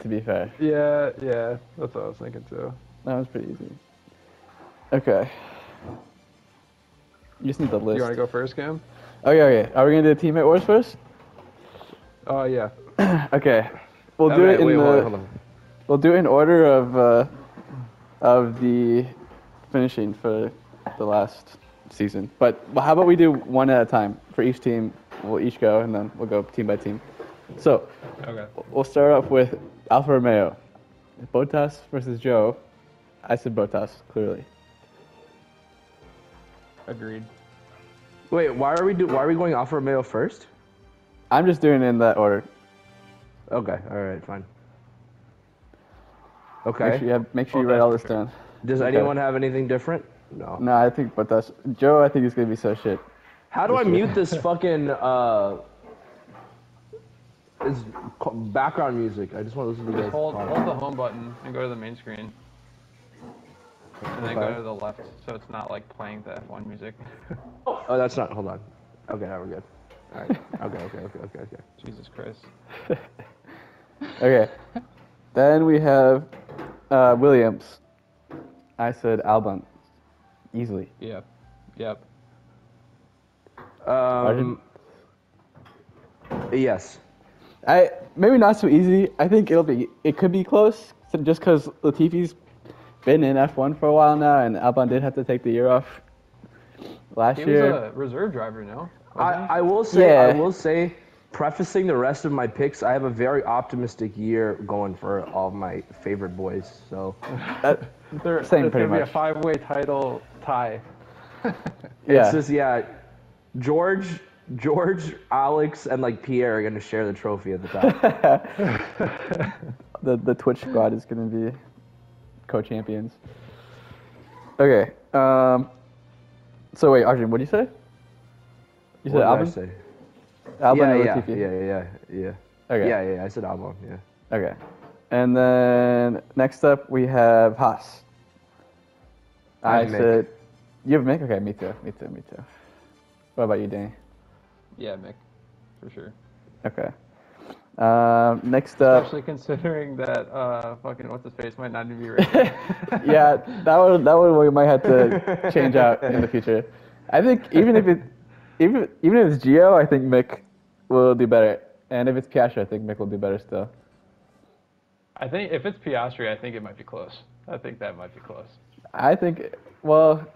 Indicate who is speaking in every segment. Speaker 1: to be fair.
Speaker 2: Yeah, yeah, that's what I was thinking too.
Speaker 1: That was pretty easy. Okay. You just need the list.
Speaker 2: You want to go first, Cam?
Speaker 1: Okay, okay. Are we gonna do teammate wars first?
Speaker 2: Oh yeah.
Speaker 1: okay. We'll do
Speaker 3: Alright,
Speaker 1: it in
Speaker 3: wait,
Speaker 1: the.
Speaker 3: hold on, hold on.
Speaker 1: We'll do it in order of uh, of the finishing for the last season. But well, how about we do one at a time for each team? We'll each go and then we'll go team by team. So
Speaker 2: Okay.
Speaker 1: we'll start off with Alfa Romeo, Botas versus Joe. I said Botas clearly.
Speaker 2: Agreed.
Speaker 3: Wait, why are we do? Why are we going Alfa Romeo first?
Speaker 1: I'm just doing it in that order.
Speaker 3: Okay, all right, fine.
Speaker 1: Make sure
Speaker 3: Okay.
Speaker 1: you, have, make sure you
Speaker 2: Botas
Speaker 1: write all
Speaker 2: for
Speaker 1: this down.
Speaker 3: Does
Speaker 1: Okay.
Speaker 3: anyone have anything different? No.
Speaker 1: No, I think Botas. Joe, I think is gonna be so shit.
Speaker 3: How do I mute this fucking uh? This co- background music. I just want to listen to you guys.
Speaker 2: Just hold,
Speaker 3: talk.
Speaker 2: hold the home button and go to the main screen. And then go
Speaker 3: Okay.
Speaker 2: to the left so it's not like playing the F1 music.
Speaker 3: Oh, that's not. Hold on. Okay, now we're good. All right. Okay, okay, okay, okay, okay.
Speaker 2: Jesus Christ.
Speaker 1: Okay. then we have uh, Williams. I said Albon. Easily.
Speaker 2: Yep. Yep.
Speaker 3: Um, yes.
Speaker 1: I maybe not so easy. I think it'll be it could be close so- just because Latifi's been in F1 for a while now, and Albon did have to take the year off last
Speaker 2: He
Speaker 1: year.
Speaker 2: was a reserve driver, no? Wasn't
Speaker 3: I, I will say I
Speaker 1: Yeah.
Speaker 3: will say prefacing the rest of my picks, I have a very optimistic year going for all my favorite boys. So
Speaker 1: That-
Speaker 2: he? There-
Speaker 1: same pretty
Speaker 2: there's gonna
Speaker 1: much.
Speaker 2: be a five-way title tie.
Speaker 1: yeah.
Speaker 3: it's just yeah, George, George, Alex, and like Pierre are gonna share the trophy at the top.
Speaker 1: the the Twitch squad is gonna be co-champions. Okay. Um. So wait, Arjun, what do you say? You said
Speaker 3: What did I
Speaker 1: Albon.
Speaker 3: say?
Speaker 1: Albon
Speaker 3: yeah,
Speaker 1: or
Speaker 3: yeah,
Speaker 1: Latifi?
Speaker 3: yeah, yeah, yeah,
Speaker 1: Okay.
Speaker 3: yeah, yeah. I said Albon. Yeah.
Speaker 1: Okay. And then next up we have Haas.
Speaker 3: I
Speaker 1: I,
Speaker 3: have Mick.
Speaker 1: said, you have Mick? Okay, me too, me too, me too. What about you, Danny?
Speaker 2: Yeah, Mick. For sure.
Speaker 1: Okay. Um, next up,
Speaker 2: Especially considering that uh, fucking what's his face might not even be ready.
Speaker 1: yeah, that one, that one we might have to change out in the future. I think even if it, even even if it's Geo, I think Mick will do better. And if it's Piastra, I think Mick will do better still.
Speaker 2: I think if it's Piastri, I think it might be close. I think that might be close.
Speaker 1: I think, well,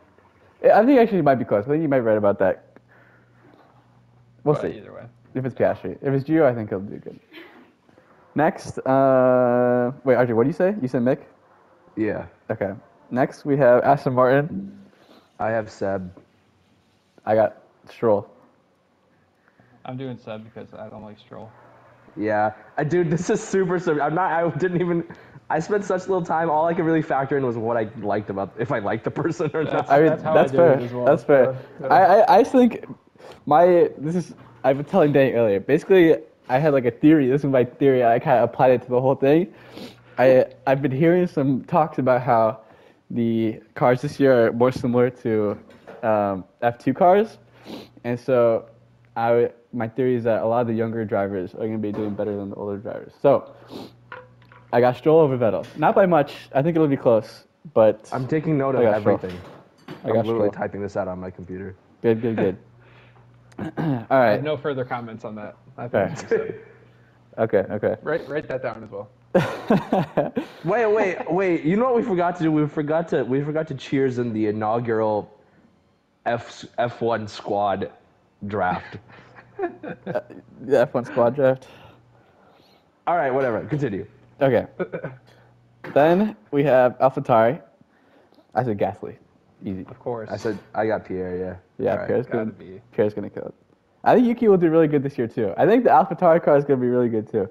Speaker 1: I think actually it might be close. I think you might be right about that. We'll
Speaker 2: But
Speaker 1: see.
Speaker 2: Either way.
Speaker 1: If it's Piastri. If it's Gio, I think he'll do good. Next, uh, wait, Archie, what do you say? You said Mick?
Speaker 3: Yeah.
Speaker 1: Okay. Next, we have Aston Martin.
Speaker 3: I have Seb.
Speaker 1: I got Stroll.
Speaker 2: I'm doing sub because I don't like Stroll.
Speaker 3: Yeah, I, dude, this is super. sub I'm not. I didn't even. I spent such little time. All I could really factor in was what I liked about if I liked the person or not.
Speaker 1: I mean, that's,
Speaker 2: That's how I did
Speaker 1: fair.
Speaker 2: it as well.
Speaker 1: That's fair.
Speaker 2: Yeah.
Speaker 1: I, I, I think my, this is, I've been telling Danny earlier. Basically, I had like a theory. This is my theory. I kind of applied it to the whole thing. I, I've been hearing some talks about how the cars this year are more similar to um, F2 cars. And so I, w- my theory is that a lot of the younger drivers are going to be doing better than the older drivers. So I got Stroll over Vettel. Not by much. I think it'll be close. But
Speaker 3: I'm taking note of
Speaker 1: I got Stroll.
Speaker 3: everything.
Speaker 1: I
Speaker 3: I'm
Speaker 1: got
Speaker 3: literally
Speaker 1: Stroll.
Speaker 3: typing this out on my computer.
Speaker 1: Good, good, good. All
Speaker 2: I
Speaker 1: right.
Speaker 2: have no further comments on that. I
Speaker 1: Fair.
Speaker 2: think it's sub.
Speaker 1: Okay, okay.
Speaker 2: write write that down as well.
Speaker 3: Wait, wait, wait. You know what we forgot to do? We forgot to we forgot to cheers in the inaugural F F1 squad draft.
Speaker 1: The F1 squad draft.
Speaker 3: All right, whatever. Continue.
Speaker 1: Okay. then we have AlphaTauri. I said Gasly. Easy.
Speaker 2: Of course.
Speaker 3: I said I got Pierre. Yeah.
Speaker 1: Yeah,
Speaker 3: All right.
Speaker 1: Pierre's gonna
Speaker 2: gotta
Speaker 1: be.
Speaker 2: be.
Speaker 1: Pierre's gonna kill it. I think Yuki will do really good this year too. I think the AlphaTauri car is gonna be really good too.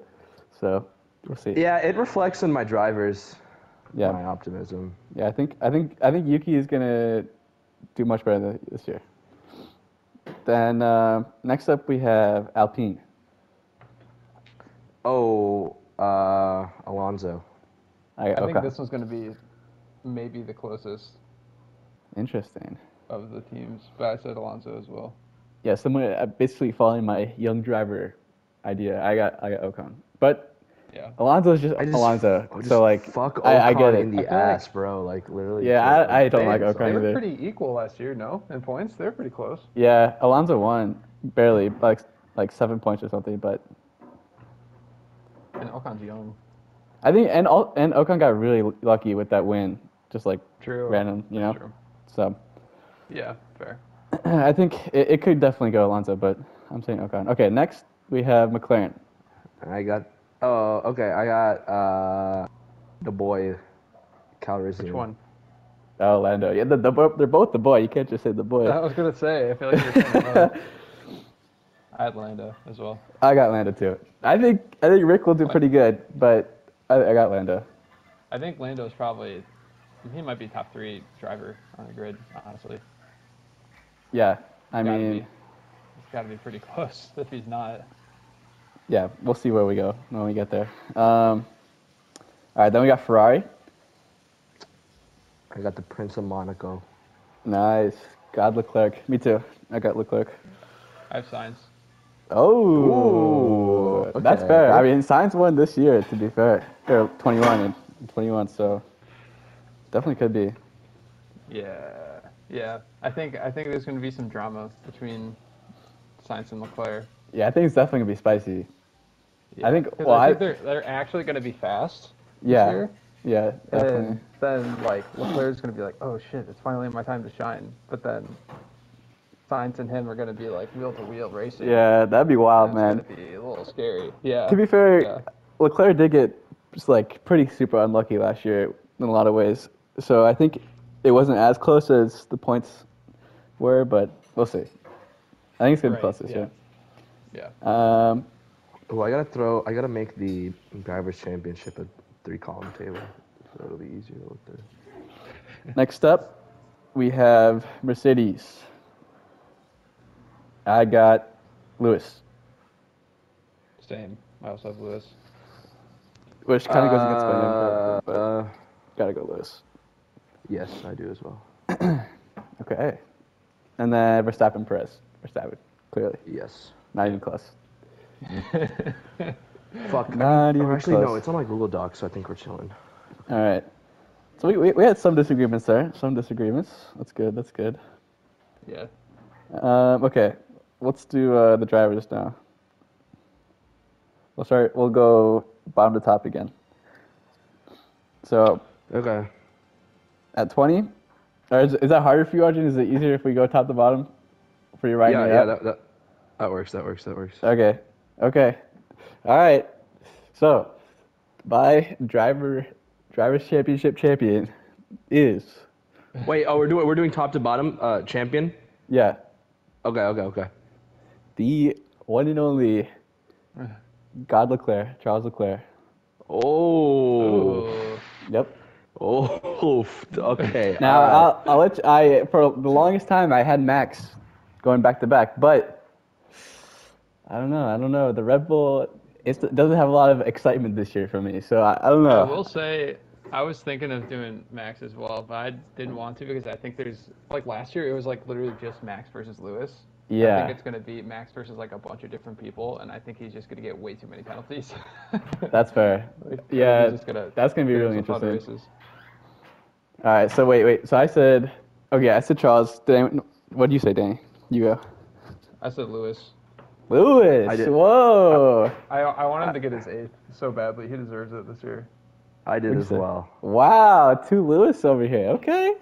Speaker 1: So we'll see.
Speaker 3: Yeah, it reflects in my drivers.
Speaker 1: Yeah.
Speaker 3: My optimism.
Speaker 1: Yeah, I think I think I think Yuki is gonna do much better th- this year. Then uh, next up we have Alpine.
Speaker 3: Oh, uh, Alonzo.
Speaker 1: I,
Speaker 2: I
Speaker 1: okay.
Speaker 2: think this one's going to be maybe the closest
Speaker 1: Interesting.
Speaker 2: of the teams, but I said Alonso as well.
Speaker 1: Yeah, someone uh, basically following my young driver idea. I got I got Ocon, but
Speaker 2: Yeah.
Speaker 1: Alonso's just,
Speaker 3: I just-
Speaker 1: Alonso.
Speaker 3: I Oh, just
Speaker 1: so like,
Speaker 3: fuck
Speaker 1: I, I get
Speaker 3: Ocon
Speaker 1: it.
Speaker 3: in
Speaker 2: I
Speaker 3: the
Speaker 2: feel like-
Speaker 3: ass, bro. Like literally.
Speaker 1: Yeah,
Speaker 3: like,
Speaker 1: I don't
Speaker 2: They-
Speaker 1: like
Speaker 2: They
Speaker 1: Ocon
Speaker 2: were
Speaker 1: either.
Speaker 2: pretty equal last year, no? In points, they were pretty close.
Speaker 1: Yeah, Alonso won barely, like like seven points or something. But
Speaker 2: And Ocon's young.
Speaker 1: I think and Al- and Ocon got really lucky with that win, just like
Speaker 2: True.
Speaker 1: random, you know.
Speaker 2: True.
Speaker 1: So
Speaker 2: Yeah, fair.
Speaker 1: I think it, it could definitely go Alonso, but I'm saying Ocon. Okay, next we have McLaren.
Speaker 3: I got. Oh, okay. I got uh, the boy, Cal Racing.
Speaker 2: Which one?
Speaker 1: Oh, Lando. Yeah, the, the, bo- they're both the boy. You can't just say the boy.
Speaker 2: I was gonna say. I feel like you're saying uh, Atlanta as well.
Speaker 1: I got Lando too. I think I think Rick will do pretty good, but I, I got Lando.
Speaker 2: I think Lando's probably he might be top three driver on the grid. Honestly,
Speaker 1: Yeah, I
Speaker 2: Gotta
Speaker 1: mean,
Speaker 2: be. it's got to be pretty close if he's not.
Speaker 1: yeah, we'll see where we go when we get there. Um, all right, then we got Ferrari.
Speaker 3: I got the Prince of Monaco.
Speaker 1: Nice. God, Leclerc. Me too. I got Leclerc.
Speaker 2: I have signs.
Speaker 1: Oh,
Speaker 3: Ooh,
Speaker 1: that's
Speaker 3: okay.
Speaker 1: fair. I mean, Science won this year, to be fair. Or 21 and 21, so definitely could be.
Speaker 2: Yeah, yeah. I think I think there's gonna be some drama between Sainz and Leclerc.
Speaker 1: Yeah, I think it's definitely gonna be spicy. I think-
Speaker 2: 'Cause
Speaker 1: well, I-
Speaker 2: think they're they're actually gonna be fast. this
Speaker 1: Yeah,
Speaker 2: year,
Speaker 1: yeah, definitely.
Speaker 2: And then like Leclerc's gonna be like, oh shit, it's finally my time to shine. But then Sainz and him are gonna be like wheel to wheel racing.
Speaker 1: Yeah, that'd be wild,
Speaker 2: It's
Speaker 1: man.
Speaker 2: gonna be a little scary. Yeah.
Speaker 1: To be fair,
Speaker 2: Yeah.
Speaker 1: Leclerc did get just like pretty super unlucky last year in a lot of ways. So I think it wasn't as close as the points were, but we'll see. I think it's gonna be
Speaker 2: Right,
Speaker 1: close this
Speaker 2: yeah.
Speaker 1: year.
Speaker 2: yeah.
Speaker 1: Um,
Speaker 3: Oh, I gotta throw. I gotta make the drivers' championship a three-column table. So it'll be easier to look through.
Speaker 1: next up, we have Mercedes. I got Lewis,
Speaker 2: Same. I also have Lewis.
Speaker 1: which kind of goes against my
Speaker 3: Uh,
Speaker 1: name, but
Speaker 3: uh,
Speaker 1: gotta go Lewis.
Speaker 3: yes, I do as well.
Speaker 1: Okay, and then Verstappen, Perez, Verstappen, clearly
Speaker 3: Yes.
Speaker 1: not even close.
Speaker 3: Fuck.
Speaker 1: Not even
Speaker 3: Oh, actually,
Speaker 1: close.
Speaker 3: no. It's on my Google Docs, so I think we're chilling.
Speaker 1: All right. So we, we, we had some disagreements there. Some disagreements. That's good. That's good.
Speaker 2: Yeah.
Speaker 1: Um, okay. Let's do uh, the drivers now. We'll start. We'll go bottom to top again. So
Speaker 3: Okay.
Speaker 1: at 20, or is, is that harder for you, Arjun? Is it easier if we go top to bottom for you right now?
Speaker 3: yeah, yeah. That, that that works. That works. That works.
Speaker 1: Okay. Okay. All right. So my driver drivers championship champion is
Speaker 3: Wait. Oh, we're doing we're doing top to bottom. Uh, champion.
Speaker 1: yeah
Speaker 3: Okay. Okay. Okay.
Speaker 1: the one and only God Leclerc, Charles Leclerc.
Speaker 3: Oh.
Speaker 1: Uh.
Speaker 2: Ooh.
Speaker 1: Yep.
Speaker 3: Oh. Okay.
Speaker 1: Now
Speaker 3: alright.
Speaker 1: I'll, I'll let you, I for the longest time I had Max going back to back, but I don't know. I don't know. The Red Bull it's, it doesn't have a lot of excitement this year for me, so I, I don't
Speaker 2: I
Speaker 1: know.
Speaker 2: will say, I was thinking of doing Max as well, but I didn't want to because I think there's like last year it was like literally just Max versus Lewis. I
Speaker 1: Yeah.
Speaker 2: think it's gonna be Max versus like a bunch of different people, and I think he's just gonna get way too many penalties.
Speaker 1: That's fair.
Speaker 2: Like,
Speaker 1: yeah,
Speaker 2: he's just gonna
Speaker 1: that's gonna be
Speaker 2: give
Speaker 1: really
Speaker 2: us some fun
Speaker 1: interesting.
Speaker 2: races.
Speaker 1: All right. So wait, wait. So I said, okay, I said Charles. Did anyone, what did you say, Danny? You go.
Speaker 2: I said Lewis.
Speaker 1: Lewis.
Speaker 3: I did-
Speaker 1: Whoa.
Speaker 2: I I want him to get his eighth so badly. He deserves it this year.
Speaker 3: I did
Speaker 1: What'd
Speaker 3: as
Speaker 1: you say?
Speaker 3: well.
Speaker 1: Wow. Two Lewis over here. Okay.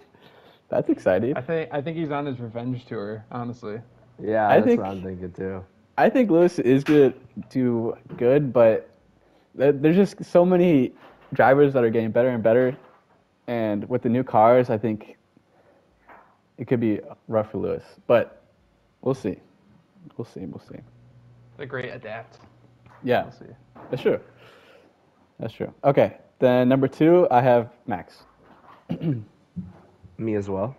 Speaker 1: That's exciting.
Speaker 2: I think I think he's on his revenge tour. Honestly,
Speaker 3: Yeah,
Speaker 1: I
Speaker 3: that's
Speaker 1: think-
Speaker 3: what I'm thinking too.
Speaker 1: I think Lewis is gonna do good, but there- there's just so many drivers that are getting better and better, and with the new cars, I think it could be rough for Lewis. But we'll see, we'll see, we'll see.
Speaker 2: the great adapt.
Speaker 1: Yeah,
Speaker 2: We'll see.
Speaker 1: that's true. That's true. Okay, then number two, I have Max.
Speaker 3: Me as well.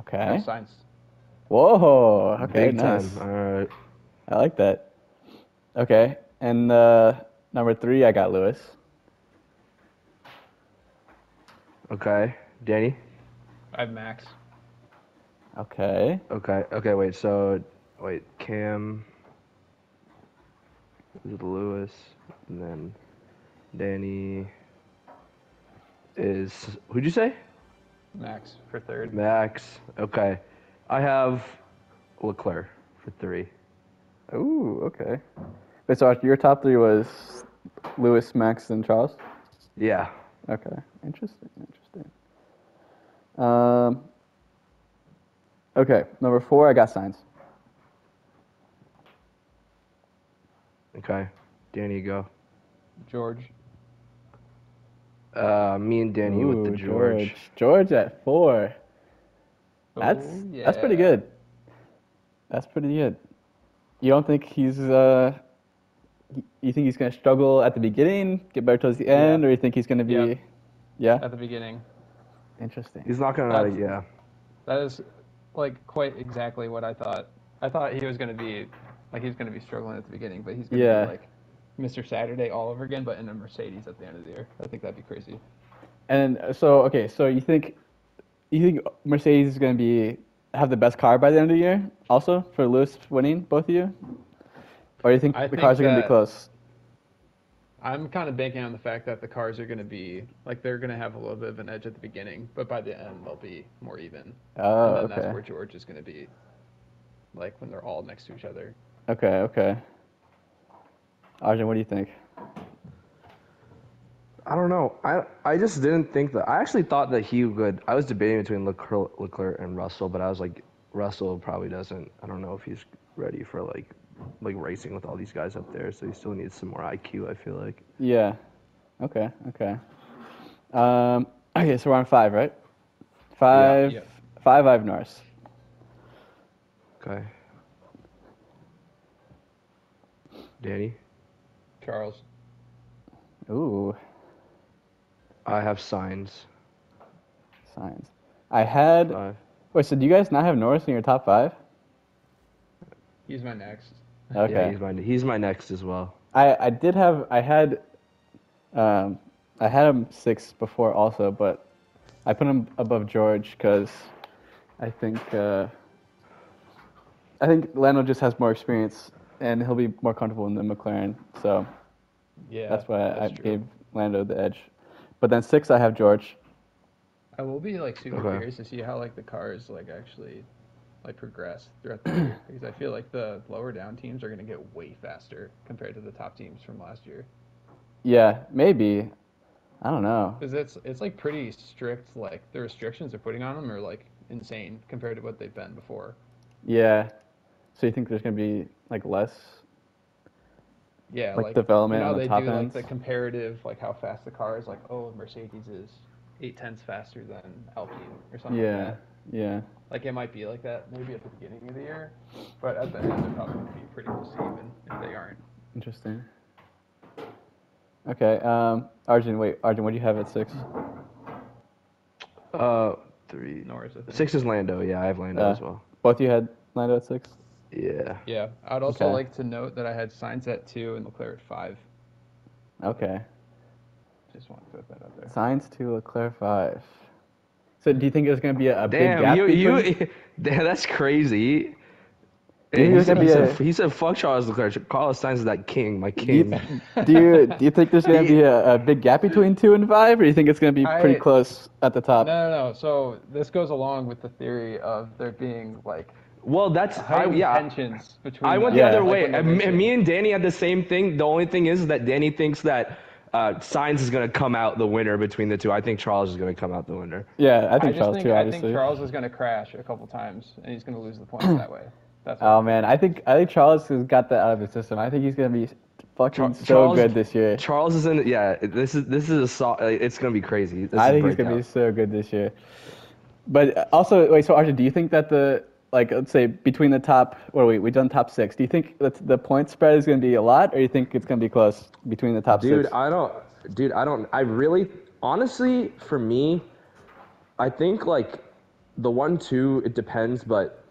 Speaker 1: Okay.
Speaker 2: No signs.
Speaker 1: Whoa. Okay.
Speaker 3: Big
Speaker 1: nice.
Speaker 3: time. All right.
Speaker 1: I like that. Okay, and uh, number three, I got Lewis.
Speaker 3: Okay. Danny.
Speaker 2: I have Max.
Speaker 1: Okay.
Speaker 3: Okay. Okay. Wait. So, wait. Cam. Lewis, and then Danny is who'd you say?
Speaker 2: Max for third.
Speaker 3: Max. Okay. I have Leclerc for three.
Speaker 1: Ooh, okay. Wait, so your top three was Lewis, Max, and Charles.
Speaker 3: Yeah.
Speaker 1: Okay, interesting, interesting. Um. Okay, number four, I got signs.
Speaker 3: Okay. Danny, go.
Speaker 2: George.
Speaker 3: Uh, me and Danny with the George.
Speaker 1: George. George at four. That's
Speaker 2: Oh,
Speaker 1: that's pretty
Speaker 2: yeah.
Speaker 1: good. That's pretty good. You don't think he's uh, y- you think he's gonna struggle at the beginning, get better towards the end, or you think he's gonna be,
Speaker 2: Yeah.
Speaker 1: yeah,
Speaker 2: At the beginning.
Speaker 1: interesting.
Speaker 3: He's not gonna.
Speaker 2: That's-
Speaker 3: yeah.
Speaker 2: That is like quite exactly what I thought. I thought he was gonna be like he's gonna be struggling at the beginning, but he's gonna
Speaker 1: Yeah.
Speaker 2: be like Mr. Saturday all over again, but in a Mercedes at the end of the year. I think that'd be crazy.
Speaker 1: And uh, so okay, so you think, you think Mercedes is gonna be have the best car by the end of the year, also for Lewis winning both of you, or you think
Speaker 2: I
Speaker 1: the
Speaker 2: think
Speaker 1: cars are gonna be
Speaker 2: that-
Speaker 1: close?
Speaker 2: I'm kind of banking on the fact that the cars are gonna be like they're gonna have a little bit of an edge at the beginning, but by the end they'll be more even.
Speaker 1: Oh,
Speaker 2: and then
Speaker 1: okay,
Speaker 2: that's where George is gonna be, like when they're all next to each other.
Speaker 1: okay, okay. Arjun, what do you think?
Speaker 3: I don't know. I I just didn't think that. I actually thought that he would. I was debating between Leclerc, Leclerc and Russell, but I was like, Russell probably doesn't. I don't know if he's ready for like like racing with all these guys up there. So he still needs some more IQ. I feel like.
Speaker 1: Yeah. Okay. Okay. Um, okay. So we're on five, right? Five.
Speaker 2: Yeah.
Speaker 1: Five. I have Norris.
Speaker 3: Okay. Danny,
Speaker 2: Charles,
Speaker 1: Ooh,
Speaker 3: I have signs. Uh,
Speaker 1: signs. I had.
Speaker 3: Five.
Speaker 1: Wait. So do you guys not have Norris in your top five?
Speaker 2: he's my next.
Speaker 1: Okay.
Speaker 3: Yeah, he's my he's my next as well.
Speaker 1: I I did have. I had. Um, I had him six before also, but I put him above George because I think. Uh, I think Lando just has more experience and he'll be more comfortable in the McLaren. So
Speaker 2: Yeah,
Speaker 1: That's why I
Speaker 2: true.
Speaker 1: gave Lando the edge. But then six, I have George.
Speaker 2: I will be like super
Speaker 3: Okay.
Speaker 2: curious to see how like the cars like actually like progress throughout the year because I feel like the lower down teams are gonna get way faster compared to the top teams from last year
Speaker 1: Yeah, maybe. I don't know.
Speaker 2: because it's it's like pretty strict like the restrictions they're putting on them are like insane compared to what they've been before.
Speaker 1: Yeah. So you think there's gonna be like less?
Speaker 2: Yeah,
Speaker 1: Like
Speaker 2: like,
Speaker 1: development
Speaker 2: You know,
Speaker 1: on the
Speaker 2: they
Speaker 1: top
Speaker 2: do
Speaker 1: ends?
Speaker 2: like the comparative like how fast the car is like oh Mercedes is eight tenths faster than Alpine or something. Like
Speaker 1: Yeah.
Speaker 2: that.
Speaker 1: Yeah.
Speaker 2: Like it might be like that maybe at the beginning of the year, but at the end they're probably gonna be pretty close to even if they aren't.
Speaker 1: Interesting. Okay. Um, Arjun, wait, Arjun, what do you have at six?
Speaker 3: Uh, three.
Speaker 2: Norris, I think.
Speaker 3: Six is Lando. Yeah, I have Lando
Speaker 1: Uh,
Speaker 3: as well.
Speaker 1: Both of you had Lando at six.
Speaker 3: Yeah.
Speaker 2: Yeah, I'd also
Speaker 1: Okay.
Speaker 2: like to note that I had Sainz at two and Leclerc at five.
Speaker 1: Okay.
Speaker 2: Just want to put that out there.
Speaker 1: Signs to Leclerc five. So do you think there's gonna be a, a big
Speaker 3: Damn,
Speaker 1: gap
Speaker 3: you,
Speaker 1: between?
Speaker 3: you, damn, that's crazy.
Speaker 1: Dude,
Speaker 3: he,
Speaker 1: he's
Speaker 3: said,
Speaker 1: gonna
Speaker 3: he,
Speaker 1: be
Speaker 3: said,
Speaker 1: a-
Speaker 3: he said, fuck Charles Leclerc. Carlos Sainz is that king, my
Speaker 1: Do
Speaker 3: king.
Speaker 1: you, do you do you think there's gonna be a, a big gap between two and five, or do you think it's gonna be pretty
Speaker 2: I-
Speaker 1: close at the top?
Speaker 2: No, no, no. So this goes along with the theory of there being like
Speaker 3: Well, that's, I,
Speaker 2: heightened
Speaker 3: yeah.
Speaker 2: tensions between.
Speaker 3: I went the
Speaker 1: Yeah.
Speaker 3: other
Speaker 2: like,
Speaker 3: way.
Speaker 2: when they're
Speaker 3: And me-
Speaker 2: racing.
Speaker 3: and me and Danny had the same thing. The only thing is that Danny thinks that uh, Sainz is going to come out the winner between the two. I think Charles is going to come out the winner.
Speaker 1: Yeah, I
Speaker 2: I
Speaker 1: think
Speaker 2: just
Speaker 1: Charles
Speaker 2: think
Speaker 1: too,
Speaker 2: I
Speaker 1: obviously.
Speaker 2: think Charles is going to crash a couple times and he's going to lose the points that way. That's
Speaker 1: Oh man, I think I think Charles has got that out of his system. I think he's gonna be fucking
Speaker 3: Char-
Speaker 1: so
Speaker 3: Charles-
Speaker 1: good this year.
Speaker 3: Charles is in, yeah, this is, this is a, so- like, it's going to be crazy. This
Speaker 1: I
Speaker 3: is
Speaker 1: think he's gonna be so good this year. But uh, also, wait. So Arjun, do you think that the like let's say between the top what are we we done top six? Do you think that the point spread is gonna be a lot, or you think it's gonna be close between the top
Speaker 3: Dude,
Speaker 1: six?
Speaker 3: I don't. Dude, I don't. I really, honestly, for me, I think like the one two. It depends, but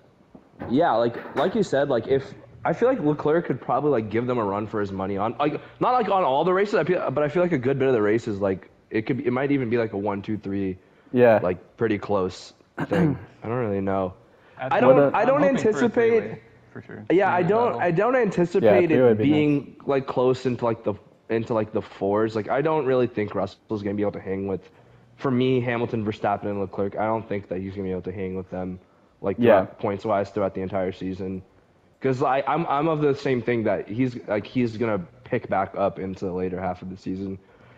Speaker 3: yeah, like like you said, like if I feel like Leclerc could probably like give them a run for his money on like not like on all the races, I feel, but I feel like a good bit of the races, like it could, be, it might even be like a one two three,
Speaker 1: yeah.
Speaker 3: like pretty close thing. I don't really know.
Speaker 2: That's
Speaker 3: I
Speaker 2: what
Speaker 3: don't.
Speaker 1: a-
Speaker 3: I
Speaker 2: I'm
Speaker 3: don't
Speaker 2: hoping for a
Speaker 3: anticipate.
Speaker 2: three-way, for sure.
Speaker 3: Yeah, I
Speaker 2: Three-way
Speaker 3: don't.
Speaker 2: battle.
Speaker 3: I don't anticipate
Speaker 1: three would
Speaker 3: it
Speaker 1: be
Speaker 3: being like close into like the into like the fours. Like I don't really think Russell's gonna be able to hang with. For me, Hamilton, Verstappen, and Leclerc, I don't think that he's gonna be able to hang with them, like
Speaker 1: Yeah.
Speaker 3: points wise throughout the entire season. Because I I'm I'm of the same thing that he's like he's gonna pick back up into the later half of the season,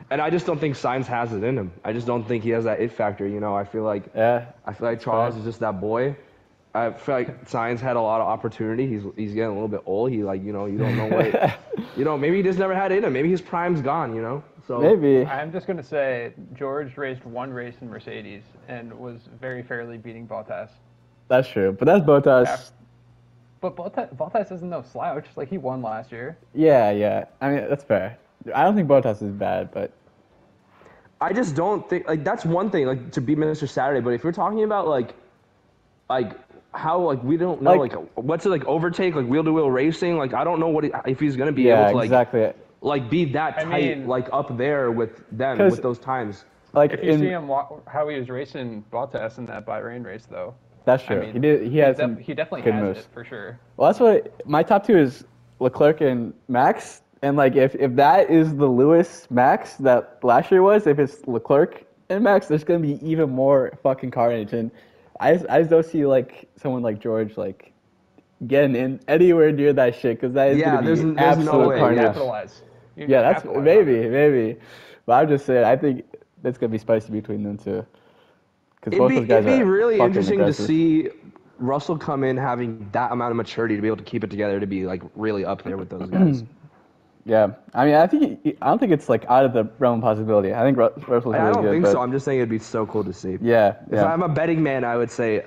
Speaker 3: and I just don't think Signs has it in him. I just don't think he has that it factor. You know, I feel like
Speaker 1: Yeah.
Speaker 3: I feel like Charles
Speaker 1: fair.
Speaker 3: is just that boy. I feel like Science had a lot of opportunity. He's he's getting a little bit old. He like you know you don't know what you know maybe he just never had it in him. Maybe his prime's gone. You know so
Speaker 1: Maybe.
Speaker 2: I'm just gonna say George raced one race in Mercedes and was very fairly beating Bottas.
Speaker 1: That's true. But that's Bottas.
Speaker 2: But Bottas, Bottas isn't no slouch. Like he won last year.
Speaker 1: Yeah, yeah. I mean, that's fair. I don't think Bottas is bad, but
Speaker 3: I just don't think like that's one thing like to be Minister Saturday. But if you're talking about like like how like we don't know
Speaker 1: Like-
Speaker 3: like, what's it like overtake like wheel to wheel racing like I don't know what he, if he's gonna be
Speaker 1: yeah,
Speaker 3: able to like
Speaker 1: exactly.
Speaker 3: like be that
Speaker 2: I
Speaker 3: tight
Speaker 2: mean-
Speaker 3: like up there with them
Speaker 1: 'Cause-
Speaker 3: with those times.
Speaker 1: Like
Speaker 2: If you
Speaker 1: in
Speaker 2: see him wa- how he was racing Bottas in that Bahrain race, though,
Speaker 1: that's true.
Speaker 2: mean,
Speaker 1: he did. He has.
Speaker 2: def-
Speaker 1: some
Speaker 2: he definitely
Speaker 1: good
Speaker 2: has
Speaker 1: moves.
Speaker 2: it for sure.
Speaker 1: Well, that's what my top two is Leclerc and Max. And like, if, if that is the Lewis Max that last year was, if it's Leclerc and Max, there's gonna be even more fucking carnage. And I just, I just don't see like someone like George like getting in anywhere near that shit because that is
Speaker 3: Yeah,
Speaker 1: gonna be
Speaker 3: there's- there's no
Speaker 1: absolute
Speaker 3: way,
Speaker 1: carnage.
Speaker 3: yeah.
Speaker 2: Capitalize. You
Speaker 1: Yeah, that's
Speaker 2: capitalize on
Speaker 1: maybe maybe. But I'm just saying, I think that's gonna be spicy between them two. Because
Speaker 3: It'd
Speaker 1: both
Speaker 3: be,
Speaker 1: those guys
Speaker 3: it'd be
Speaker 1: are
Speaker 3: really
Speaker 1: fucking
Speaker 3: interesting
Speaker 1: aggressive.
Speaker 3: to see Russell come in having that amount of maturity to be able to keep it together to be like really up there with those guys.
Speaker 1: Yeah, I mean, I think I don't think it's like out of the realm of possibility. I think Ru- Russell's
Speaker 3: I
Speaker 1: really
Speaker 3: don't
Speaker 1: good.
Speaker 3: think
Speaker 1: but
Speaker 3: so. I'm just saying it'd be so cool to see.
Speaker 1: yeah,
Speaker 3: If
Speaker 1: yeah,
Speaker 3: I'm a betting man, I would say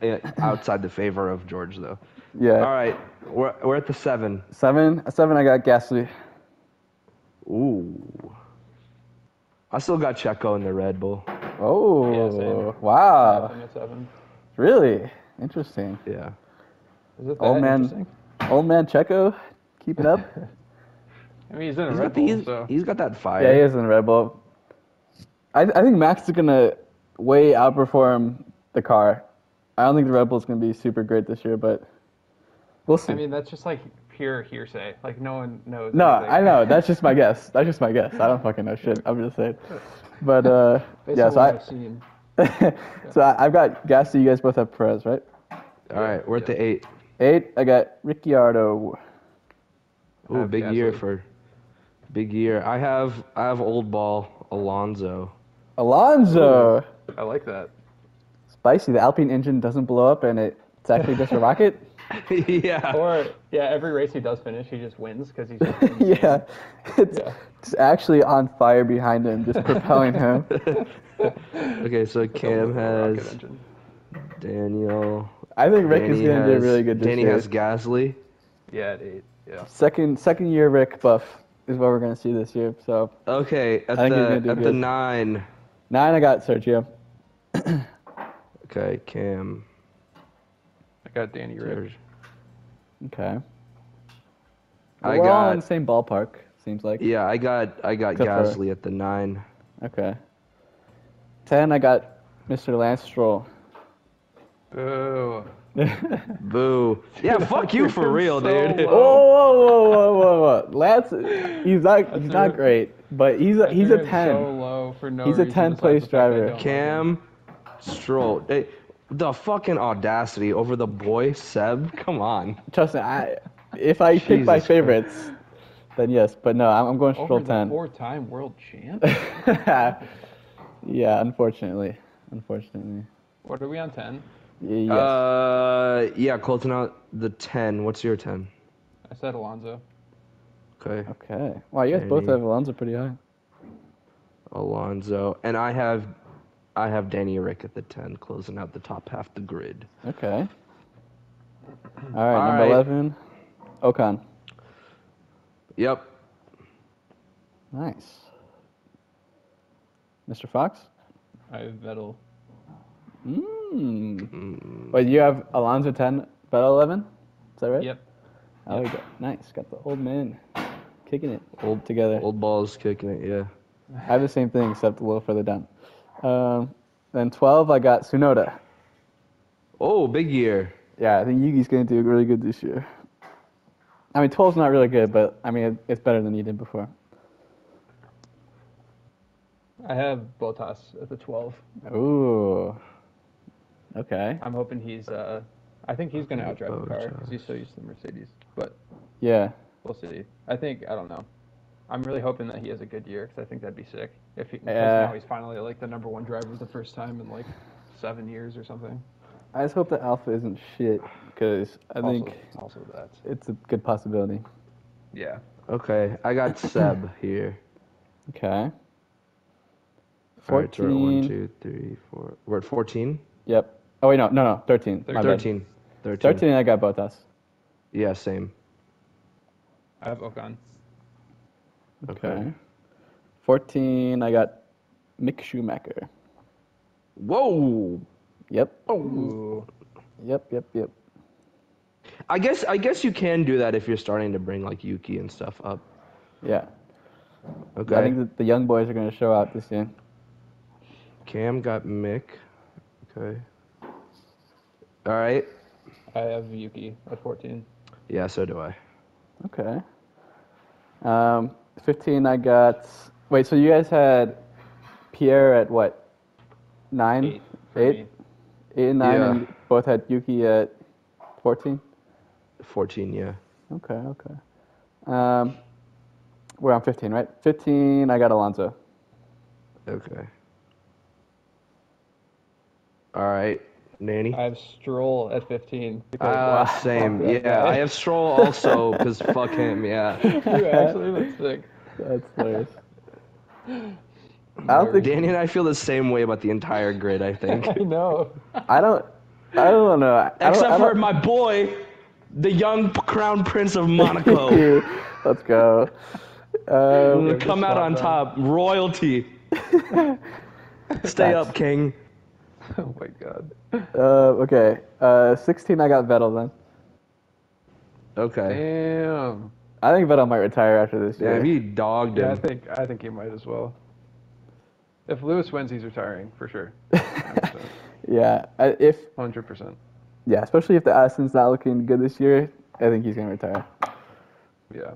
Speaker 3: eh, outside the favor of George though.
Speaker 1: yeah.
Speaker 3: All right, we're we're at the seven.
Speaker 1: Seven, seven. I got Gasly.
Speaker 3: Ooh. I still got Checo in the Red Bull.
Speaker 2: Yeah,
Speaker 1: Oh,
Speaker 2: same.
Speaker 1: wow,
Speaker 2: Seven to seven.
Speaker 1: really interesting.
Speaker 3: Yeah.
Speaker 2: Is it that
Speaker 1: Old Oh, man.
Speaker 2: interesting?
Speaker 1: Old man Checo, keep it up.
Speaker 2: I mean, he's in a
Speaker 3: He's
Speaker 2: Red
Speaker 3: got,
Speaker 2: Bull,
Speaker 3: the, he's,
Speaker 2: so
Speaker 3: he's got that fire.
Speaker 1: yeah, he is in Red Bull. I I think Max is gonna way outperform the car. I don't think the Red Bull's gonna be super great this year, but we'll see.
Speaker 2: I mean, that's just like pure hearsay. Like no one knows.
Speaker 1: No,
Speaker 2: anything.
Speaker 1: I know. That's just my guess. That's just my guess. I don't fucking know shit. I'm just saying. But uh,
Speaker 2: Based
Speaker 1: yeah,
Speaker 2: on
Speaker 1: so
Speaker 2: what
Speaker 1: I,
Speaker 2: I've seen.
Speaker 1: so I, I've got Gasly. You guys both have Perez, right?
Speaker 3: All right, we're at the eight.
Speaker 1: Eight. I got Ricciardo.
Speaker 3: Ooh,
Speaker 2: have
Speaker 3: big year
Speaker 2: Gasly.
Speaker 3: for big year. I have I have old ball Alonzo.
Speaker 1: Alonso.
Speaker 2: I like that.
Speaker 1: Spicy. The Alpine engine doesn't blow up, and it, it's actually just a rocket.
Speaker 3: yeah.
Speaker 2: Or yeah, every race he does finish, he just wins because he's. Just
Speaker 1: yeah, it's,
Speaker 2: Yeah.
Speaker 1: it's actually on fire behind him, just propelling him.
Speaker 3: Okay, so Cam
Speaker 2: Rocket
Speaker 3: has
Speaker 2: engine.
Speaker 3: Daniel.
Speaker 1: I think Rick is
Speaker 3: Danny
Speaker 1: gonna do
Speaker 3: has-
Speaker 1: really good this
Speaker 3: Danny
Speaker 1: year.
Speaker 3: has Gasly.
Speaker 2: Yeah, at eight. Yeah.
Speaker 1: Second second year Rick buff is what we're gonna see this year. So
Speaker 3: Okay, at
Speaker 1: I think he's gonna
Speaker 3: the
Speaker 1: do
Speaker 3: at the
Speaker 1: good.
Speaker 3: nine.
Speaker 1: nine, I got Sergio.
Speaker 3: Okay, Cam.
Speaker 2: I got Danny Rivers.
Speaker 3: George.
Speaker 1: Okay.
Speaker 3: I
Speaker 1: We're all in the
Speaker 3: got
Speaker 1: same ballpark. Seems like.
Speaker 3: yeah, I got I got
Speaker 1: Except for-
Speaker 3: Gasly at the nine.
Speaker 1: Okay. Ten, I got Mr. Lance Stroll.
Speaker 2: Boo.
Speaker 3: Boo. Yeah, fuck you for real,
Speaker 2: So low.
Speaker 3: dude.
Speaker 1: Whoa, whoa, whoa, whoa, whoa, whoa! Lance, he's not, he's not
Speaker 2: a-
Speaker 1: great, but he's a, he's a
Speaker 2: They're
Speaker 1: ten.
Speaker 2: So low for no
Speaker 1: He's a
Speaker 2: reason
Speaker 1: 10
Speaker 2: besides
Speaker 1: place
Speaker 2: the fact I
Speaker 1: driver.
Speaker 2: don't like him.
Speaker 3: Cam Stroll. Hey, the fucking audacity over the boy Seb. Come on.
Speaker 1: Trust me, I, if I pick my
Speaker 3: Jesus Christ.
Speaker 1: favorites, then yes. But no, I'm, I'm going
Speaker 2: Over
Speaker 1: Stroll
Speaker 2: the
Speaker 1: ten.
Speaker 2: four-time world champ.
Speaker 1: yeah, unfortunately, unfortunately.
Speaker 2: what are we on ten?
Speaker 1: Y- Yes.
Speaker 3: Uh, yeah, Colton out the ten. What's your ten?
Speaker 2: I said Alonso.
Speaker 3: Okay,
Speaker 1: okay. Wow, you guys both
Speaker 3: Danny.
Speaker 1: have Alonso pretty high.
Speaker 3: Alonzo, and I have, I have Danny Rick at the ten, closing out the top half the grid.
Speaker 1: Okay. All right,
Speaker 3: All
Speaker 1: number
Speaker 3: right.
Speaker 1: eleven, Ocon.
Speaker 3: Yep.
Speaker 1: Nice. Mr. Fox?
Speaker 2: I have Vettel.
Speaker 1: Mmm.
Speaker 3: Mm.
Speaker 1: Wait, you have Alonso 10, Beto 11? Is that right?
Speaker 2: Yep.
Speaker 1: Oh, we got, nice. Got the old man kicking it old, together.
Speaker 3: Old ball's kicking it. Yeah.
Speaker 1: I have the same thing, except a little further down. Um, then 12, I got Sunoda.
Speaker 3: Oh, big year.
Speaker 1: Yeah, I think Yugi's going to do really good this year. I mean, 12's not really good, but I mean, it, it's better than he did before.
Speaker 2: I have Botas at the 12.
Speaker 1: Ooh. Okay.
Speaker 2: I'm hoping he's. Uh, I think he's going to outdrive the car because he's so used to the Mercedes. But
Speaker 1: Yeah.
Speaker 2: we'll see. I think I don't know. I'm really hoping that he has a good year because I think that'd be sick. If he, 'cause
Speaker 1: Yeah.
Speaker 2: now he's finally like the number one driver for the first time in like seven years or something.
Speaker 1: I just hope the alpha isn't shit because I
Speaker 2: Also-
Speaker 1: think
Speaker 2: also, that.
Speaker 1: it's a good possibility.
Speaker 2: Yeah.
Speaker 3: Okay, I got Seb here.
Speaker 1: Okay.
Speaker 3: Alright, so we're at one,
Speaker 1: 14.
Speaker 3: two, three, four. We're at 14?
Speaker 1: Yep. Oh wait, no, no, no, thirteen. My bad.
Speaker 3: 13. 13.
Speaker 1: Thirteen. I got both us.
Speaker 3: Yeah, same.
Speaker 2: I have Okan.
Speaker 3: Okay.
Speaker 1: Fourteen. I got Mick Schumacher.
Speaker 3: Whoa!
Speaker 1: Yep.
Speaker 3: Oh.
Speaker 1: Yep. Yep. Yep.
Speaker 3: I guess I guess you can do that if you're starting to bring like Yuki and stuff up.
Speaker 1: Yeah.
Speaker 3: Okay.
Speaker 1: I think that the young boys are going to show out this year.
Speaker 3: Cam got Mick. Okay. All right.
Speaker 2: I have Yuki at 14.
Speaker 3: Yeah, so do I.
Speaker 1: Okay. Um, fifteen. I got. Wait. So you guys had Pierre at what? Nine.
Speaker 2: Eight. for
Speaker 1: Eight.
Speaker 2: me.
Speaker 1: Eight and nine,
Speaker 3: Yeah.
Speaker 1: and you both had Yuki at fourteen.
Speaker 3: 14, yeah.
Speaker 1: Okay, okay. Um, we're on 15, right? 15, I got Alonso.
Speaker 3: Okay. All right. Nanny.
Speaker 2: I have Stroll at 15. Because
Speaker 3: Uh,
Speaker 1: wow.
Speaker 3: same.
Speaker 2: Fuck that
Speaker 3: Yeah,
Speaker 2: guy.
Speaker 3: I have Stroll also because fuck him. Yeah.
Speaker 2: Dude, actually, that's sick.
Speaker 1: That's hilarious. I don't think
Speaker 3: Danny and I feel the same way about the entire grid. I think,
Speaker 2: I know.
Speaker 1: I don't I don't know. I don't,
Speaker 3: except
Speaker 1: I
Speaker 3: for
Speaker 1: don't,
Speaker 3: my boy, the young crown prince of Monaco,
Speaker 1: you. Let's go. Um,
Speaker 3: Gonna come out on top, royalty. Stay up, king.
Speaker 2: Oh my god.
Speaker 1: uh, okay. Uh, 16, I got Vettel then.
Speaker 3: Okay.
Speaker 2: Damn.
Speaker 1: I think Vettel might retire after this
Speaker 3: Yeah,
Speaker 1: year.
Speaker 3: he dogged
Speaker 2: Yeah, I
Speaker 3: him.
Speaker 2: think I think he might as well. If Lewis wins, he's retiring for sure.
Speaker 1: yeah, I, if
Speaker 2: Hundred percent.
Speaker 1: yeah, especially if the Aston's not looking good this year, I think he's gonna retire.
Speaker 2: Yeah.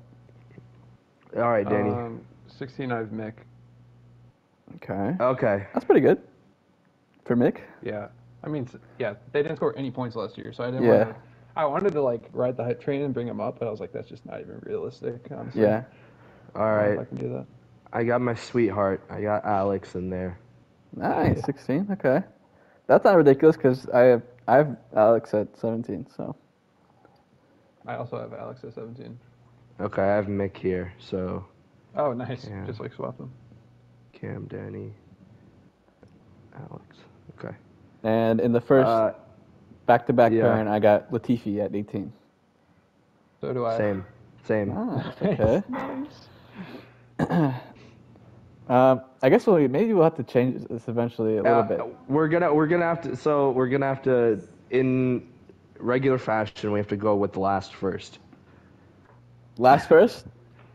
Speaker 3: All right, Danny.
Speaker 2: Um, Sixteen. I have Mick.
Speaker 1: Okay,
Speaker 3: okay.
Speaker 1: that's pretty good for Mick.
Speaker 2: Yeah. I mean, s- yeah, they didn't score any points last year, so I didn't.
Speaker 1: Yeah.
Speaker 2: Wanna, I wanted to like ride the hype train and bring him up, but I was like, that's just not even realistic. Honestly.
Speaker 1: Yeah.
Speaker 3: All
Speaker 2: I don't know
Speaker 3: right.
Speaker 2: if I can do that.
Speaker 3: I got my sweetheart. I got Alex in there.
Speaker 1: Nice, 16. Okay, that's not ridiculous because I have I have Alex at 17. So
Speaker 2: I also have Alex at seventeen.
Speaker 3: Okay, I have Mick here. So
Speaker 2: Oh, nice.
Speaker 3: Yeah.
Speaker 2: Just like swap them.
Speaker 3: Cam, Danny, Alex. Okay.
Speaker 1: and in the first
Speaker 3: Uh,
Speaker 1: back-to-back
Speaker 3: yeah.
Speaker 1: turn, I got Latifi at 18.
Speaker 2: So do I.
Speaker 3: same. Same.
Speaker 1: Nice. Ah, Okay.
Speaker 2: Nice.
Speaker 1: um, I guess we'll maybe we'll have to change this eventually a little
Speaker 3: Uh,
Speaker 1: bit.
Speaker 3: We're gonna we're gonna have to. So we're gonna have to in regular fashion. We have to go with the last first.
Speaker 1: Last first.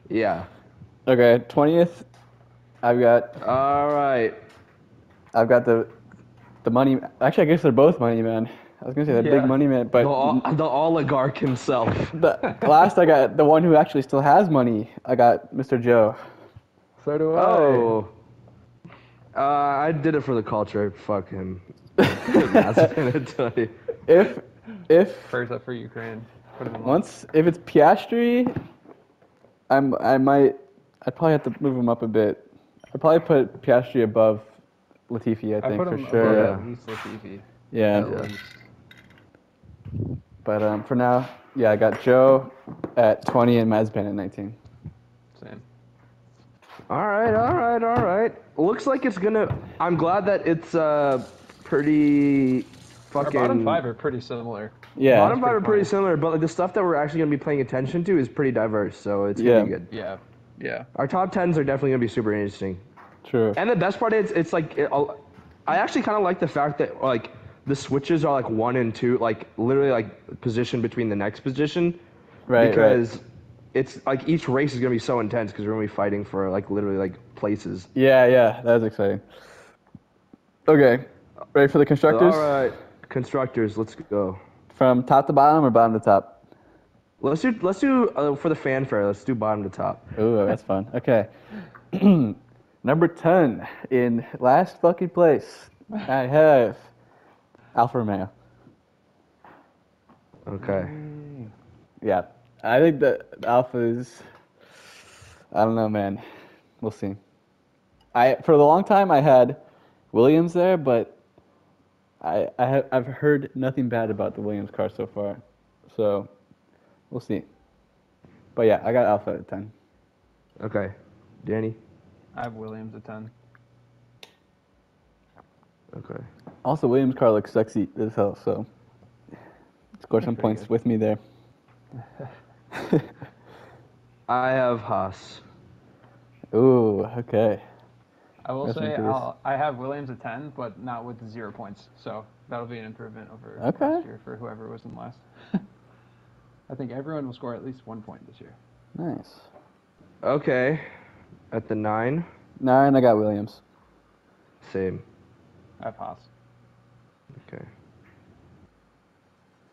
Speaker 3: Yeah.
Speaker 1: Okay, 20th. I've got
Speaker 3: All right.
Speaker 1: I've got the the money. Actually, I guess they're both money man. I was gonna say the
Speaker 2: Yeah.
Speaker 1: big money man, but
Speaker 3: The, o- the oligarch himself.
Speaker 1: the last I got the one who actually still has money. I got Mr. Joe.
Speaker 2: So do I.
Speaker 3: Oh. Uh, I did it for the culture. Fuck him. That's gonna tell you.
Speaker 1: If if
Speaker 2: Prayers up for Ukraine. Put him in line.
Speaker 1: Once, if it's Piastri, I'm I might I'd probably have to move him up a bit. I'd probably put Piastri above Latifi, I
Speaker 2: I
Speaker 1: think
Speaker 2: put
Speaker 1: for
Speaker 2: him
Speaker 1: sure.
Speaker 2: above at
Speaker 3: Yeah.
Speaker 2: least Latifi.
Speaker 1: Yeah.
Speaker 2: At
Speaker 3: Yeah.
Speaker 2: least.
Speaker 1: But um, for now, yeah, I got Joe at 20 and Mazepin at 19.
Speaker 2: Same.
Speaker 3: All right, all right, all right. Looks like it's gonna. I'm glad that it's uh pretty
Speaker 2: Our
Speaker 3: fucking.
Speaker 2: bottom five are pretty similar.
Speaker 1: Yeah.
Speaker 3: Bottom five
Speaker 2: pretty
Speaker 3: are pretty
Speaker 2: funny.
Speaker 3: similar, but like the stuff that we're actually gonna be paying attention to is pretty diverse, so it's
Speaker 1: Yeah.
Speaker 3: gonna be good.
Speaker 2: Yeah. Yeah.
Speaker 3: Our top tens are definitely gonna be super interesting.
Speaker 1: True.
Speaker 3: And the best part is, it's like, it, I'll- I actually kind of like the fact that like the switches are like one and two, like literally like position between the next position,
Speaker 1: Right. right.
Speaker 3: because it's like each race is gonna be so intense because we're gonna be fighting for like literally like places.
Speaker 1: Yeah, yeah, that was exciting. Okay, ready for the constructors?
Speaker 3: All right, constructors, let's go.
Speaker 1: From top to bottom or bottom to top?
Speaker 3: Let's do let's do uh, for the fanfare. Let's do bottom to top.
Speaker 1: Ooh, that's fun. Okay. Number 10 in last fucking place. I have Alfa Romeo.
Speaker 3: Okay.
Speaker 1: Yeah. I think the Alfa is. I don't know, man. We'll see. I for the long time I had Williams there, but I I have I've heard nothing bad about the Williams car so far, so we'll see. But yeah, I got Alpha at ten.
Speaker 3: Okay. Danny.
Speaker 2: I have Williams at ten.
Speaker 3: Okay.
Speaker 1: Also, Williams car looks sexy as hell, so score some
Speaker 2: Pretty
Speaker 1: points
Speaker 2: good.
Speaker 1: with me there.
Speaker 3: I have Haas.
Speaker 1: Ooh, okay.
Speaker 2: I will
Speaker 1: That's
Speaker 2: say
Speaker 1: ridiculous.
Speaker 2: I'll, I have Williams at ten, but not with zero points. So that'll be an improvement over
Speaker 1: Okay.
Speaker 2: last year for whoever was in last. I think everyone will score at least one point this year.
Speaker 1: Nice.
Speaker 3: Okay. At the nine.
Speaker 1: Nine, I got Williams.
Speaker 3: Same.
Speaker 2: I have Haas.
Speaker 3: Okay.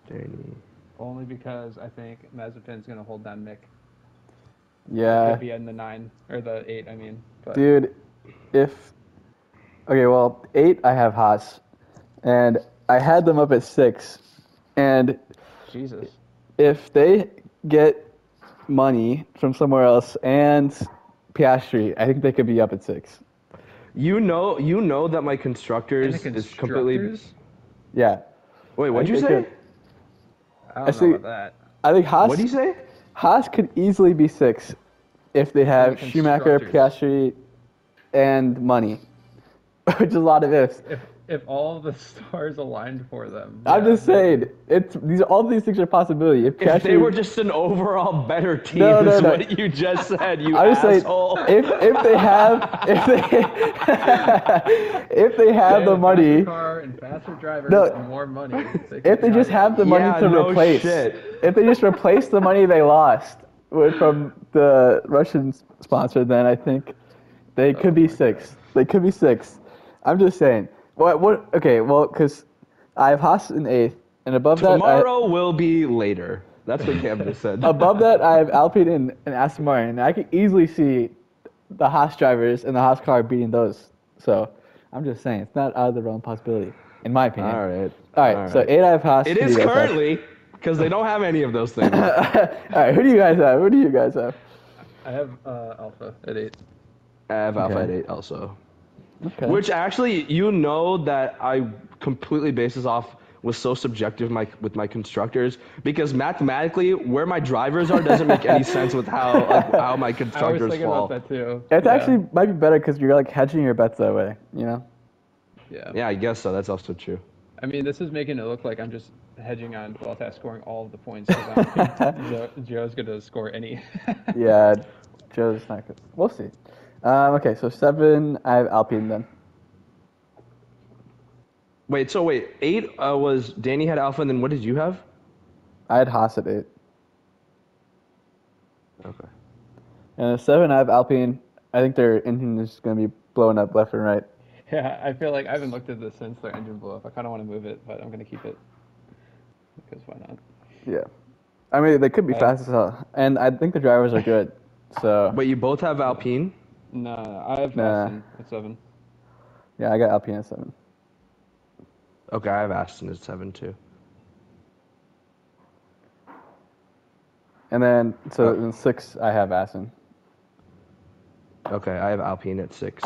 Speaker 3: Danny.
Speaker 2: Only because I think Mazepin's going to hold down Mick. He'll
Speaker 1: Yeah,
Speaker 2: be in the nine or the eight. I mean, but
Speaker 1: Uh, dude. If okay, well, eight I have Haas, and I had them up at six, and
Speaker 2: Jesus,
Speaker 1: if they get money from somewhere else and Piastri, I think they could be up at six.
Speaker 3: You know, you know that my
Speaker 2: And
Speaker 3: constructors,
Speaker 2: the
Speaker 3: is completely.
Speaker 2: constructors?
Speaker 1: Yeah,
Speaker 3: Wait, what'd
Speaker 1: I
Speaker 3: you
Speaker 1: think
Speaker 3: say?
Speaker 1: that-
Speaker 2: I
Speaker 1: I
Speaker 2: don't
Speaker 1: see-
Speaker 2: know about
Speaker 1: I think Haas.
Speaker 3: What'd you say?
Speaker 1: Haas could easily be six if they have
Speaker 2: the
Speaker 1: Schumacher, Piastri, and money, which is a lot of ifs.
Speaker 2: that. If if all the stars aligned for them,
Speaker 1: I'm
Speaker 2: yeah,
Speaker 1: just saying, it's these all these things are possibility. If, Piastri,
Speaker 3: If they were just an overall better team,
Speaker 1: No, no,
Speaker 3: is
Speaker 1: no.
Speaker 3: what you just said, you
Speaker 1: I'm just saying,
Speaker 3: asshole.
Speaker 1: if if they have if they if they have the
Speaker 2: they have a
Speaker 1: money,
Speaker 2: faster car and faster drivers
Speaker 1: No.
Speaker 2: and more money.
Speaker 1: if they just have the money
Speaker 3: Yeah,
Speaker 1: to
Speaker 3: no
Speaker 1: replace,
Speaker 3: shit.
Speaker 1: if they just replace the money they lost with, from the Russian s- sponsor, then I think they
Speaker 3: Oh
Speaker 1: could be six. They could be six. I'm just saying. What? What? Okay. Well, because I have Haas in eighth, and above that, I-
Speaker 3: Tomorrow will be later. That's what Cam just said.
Speaker 1: above that, I have Alpine and, and Aston Martin. And I could easily see the Haas drivers and the Haas car beating those. So I'm just saying, it's not out of the realm of possibility, in my opinion.
Speaker 3: All right.
Speaker 1: All right. so eight, I have Haas.
Speaker 3: it
Speaker 1: who do
Speaker 3: is
Speaker 1: you guys have?
Speaker 3: currently because they don't have any of those things.
Speaker 1: All right. Who do you guys have? Who do you guys have?
Speaker 2: I have uh, Alpha at eight.
Speaker 3: I have Alpha
Speaker 1: Okay.
Speaker 3: at eight also.
Speaker 1: Okay.
Speaker 3: Which actually, you know that I completely base this off was so subjective my with my constructors because mathematically where my drivers are doesn't make any sense with how like, how my
Speaker 2: I was
Speaker 3: constructors
Speaker 2: thinking
Speaker 3: fall.
Speaker 2: about that too.
Speaker 1: It's
Speaker 2: Yeah.
Speaker 1: actually might be better because you're like hedging your bets that way. You know.
Speaker 2: yeah.
Speaker 3: Yeah, I guess so. That's also true.
Speaker 2: I mean, this is making it look like I'm just hedging on Baltas scoring all of the points. 'cause I don't think Joe, Joe's gonna score any.
Speaker 1: Yeah. Joe's not good. We'll see. Um, okay. So seven, I have Alpine then.
Speaker 3: Wait, so wait, eight uh, was Danny had Alpha, and then what did you have?
Speaker 1: I had Haas at eight,
Speaker 3: Okay.
Speaker 1: and at seven, I have Alpine. I think their engine is going to be blowing up left and right.
Speaker 2: yeah, I feel like I haven't looked at this since their engine blew up. I kind of want to move it, but I'm gonna keep it because why not?
Speaker 1: Yeah. I mean, they could be
Speaker 2: Uh,
Speaker 1: fast as hell, and I think the drivers are good. So
Speaker 3: Wait, you both have Alpine.
Speaker 2: No, I have
Speaker 1: Nah.
Speaker 2: Austin at seven.
Speaker 1: yeah, I got Alpine at seven.
Speaker 3: Okay, I have Aston at seven too.
Speaker 1: And then so
Speaker 3: Uh,
Speaker 1: in six, I have Aston.
Speaker 3: Okay, I have Alpine at six.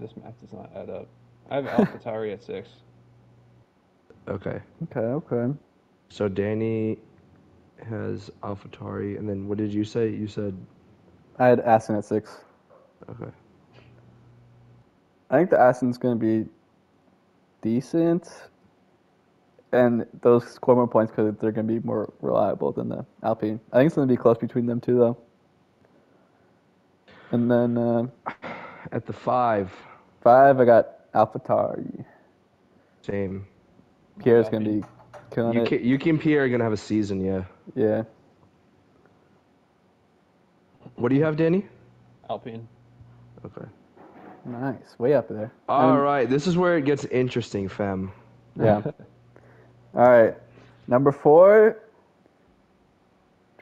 Speaker 2: This math does not add up. I have AlphaTauri at six.
Speaker 3: Okay,
Speaker 1: Okay. Okay.
Speaker 3: so Danny has AlphaTauri, and then what did you say? You said
Speaker 1: I had Aston at six.
Speaker 3: okay.
Speaker 1: I think the Aston's going to be decent, and those score more points because they're going to be more reliable than the Alpine. I think it's going to be close between them two, though. And then uh,
Speaker 3: At the five,
Speaker 1: five, I got AlphaTauri.
Speaker 3: same.
Speaker 1: Pierre's going to be killing
Speaker 3: You
Speaker 1: it.
Speaker 3: can, you and Pierre are gonna have a season, yeah.
Speaker 1: Yeah.
Speaker 3: What do you have, Danny?
Speaker 2: Alpine.
Speaker 3: Okay.
Speaker 1: Nice. Way up there.
Speaker 3: All right,
Speaker 1: Um,
Speaker 3: this is where it gets interesting, fam.
Speaker 1: Yeah. All right. Number four.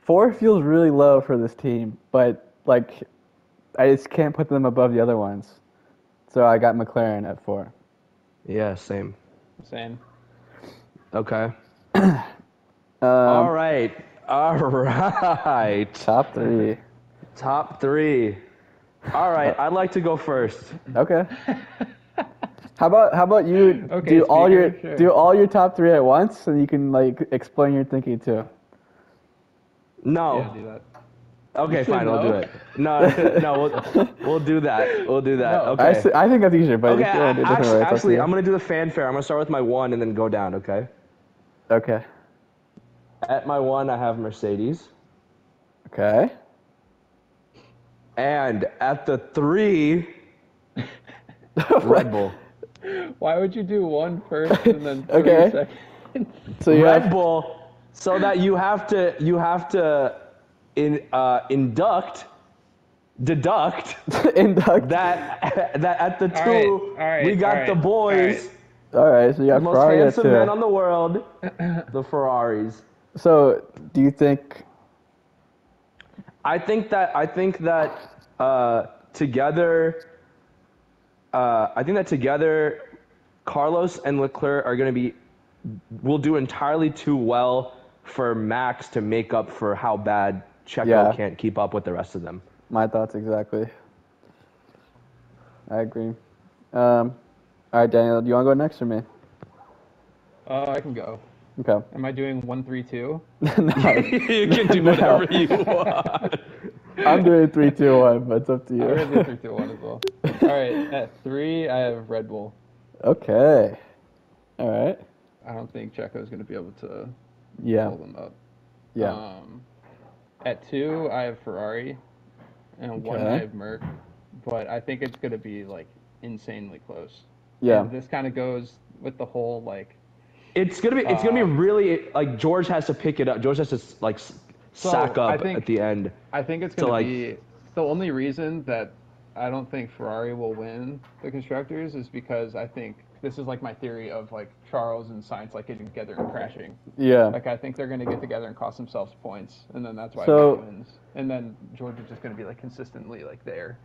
Speaker 1: Four feels really low for this team, but like I just can't put them above the other ones. So I got McLaren at four.
Speaker 3: Yeah, same.
Speaker 2: Same.
Speaker 3: Okay.
Speaker 1: Um,
Speaker 3: All right. All right.
Speaker 1: Top three.
Speaker 3: Top three. All right. I'd like to go first.
Speaker 1: Okay. how about how about you
Speaker 2: Okay,
Speaker 1: do all
Speaker 2: speaker,
Speaker 1: your
Speaker 2: sure.
Speaker 1: do all your top three at once, and you can like explain your thinking too. Oh.
Speaker 3: No.
Speaker 2: Yeah, do that.
Speaker 3: Okay, fine. I'll do
Speaker 2: No.
Speaker 3: it. No, no, we'll, we'll do that. We'll do that.
Speaker 2: No.
Speaker 1: I,
Speaker 3: okay.
Speaker 1: s- I think that's easier, but
Speaker 3: Okay,
Speaker 1: if you want to do it
Speaker 3: actually,
Speaker 1: different ways,
Speaker 3: actually, I'm gonna do the fanfare. I'm gonna start with my one and then go down. Okay.
Speaker 1: Okay.
Speaker 3: At my one, I have Mercedes,
Speaker 1: Okay.
Speaker 3: and at the three, Red Bull.
Speaker 2: Why would you do one first and then three
Speaker 1: Okay.
Speaker 2: second?
Speaker 1: So you
Speaker 3: Red
Speaker 1: have
Speaker 3: Bull, so that you have to you have to in uh, induct deduct
Speaker 1: induct.
Speaker 3: that that at the
Speaker 2: All
Speaker 3: two
Speaker 2: right, all right,
Speaker 3: we got
Speaker 2: all
Speaker 3: the
Speaker 2: right,
Speaker 3: boys,
Speaker 2: all right.
Speaker 1: All right. So you
Speaker 3: the
Speaker 1: got
Speaker 3: most
Speaker 1: Ferrari at
Speaker 3: handsome
Speaker 1: two.
Speaker 3: men on the world, the Ferraris.
Speaker 1: so do you think?
Speaker 3: I think that I think that uh, together, uh, I think that together, Carlos and Leclerc are going to be will do entirely too well for Max to make up for how bad Checo
Speaker 1: Yeah.
Speaker 3: can't keep up with the rest of them.
Speaker 1: My thoughts exactly. I agree. Um, all right, Daniel. Do you want to go next or me?
Speaker 2: Oh, I can go.
Speaker 1: Okay.
Speaker 2: Am I doing one, three, two?
Speaker 1: no,
Speaker 3: you can do whatever you want.
Speaker 1: I'm doing three, two, one, but it's up to
Speaker 2: I'm
Speaker 1: you.
Speaker 2: gonna do three, two, one as well. All right, at three, I have Red Bull.
Speaker 1: Okay. All right.
Speaker 2: I don't think Checo's gonna be able to
Speaker 1: Yeah.
Speaker 2: hold them up.
Speaker 1: Yeah.
Speaker 3: uh,
Speaker 2: Um, at two, I have Ferrari, and one I
Speaker 1: Okay.
Speaker 2: have Merck, but I think it's gonna be like insanely close.
Speaker 1: yeah.
Speaker 2: And this kind of goes with the whole like
Speaker 3: It's gonna be it's gonna
Speaker 1: Uh.
Speaker 3: be really like George has to pick it up. George has to like s-
Speaker 2: So,
Speaker 3: sack
Speaker 2: I
Speaker 3: up
Speaker 2: think-
Speaker 3: at the end.
Speaker 2: I think it's
Speaker 3: To,
Speaker 2: going to
Speaker 3: like-
Speaker 2: be the only reason that I don't think Ferrari will win the constructors is because I think this is like my theory of like Charles and Sainz like getting together and crashing.
Speaker 1: Yeah.
Speaker 2: Like I think they're going to get together and cost themselves points, and then that's why
Speaker 1: So-
Speaker 2: Ferrari wins. And then George is just going to be like consistently like there.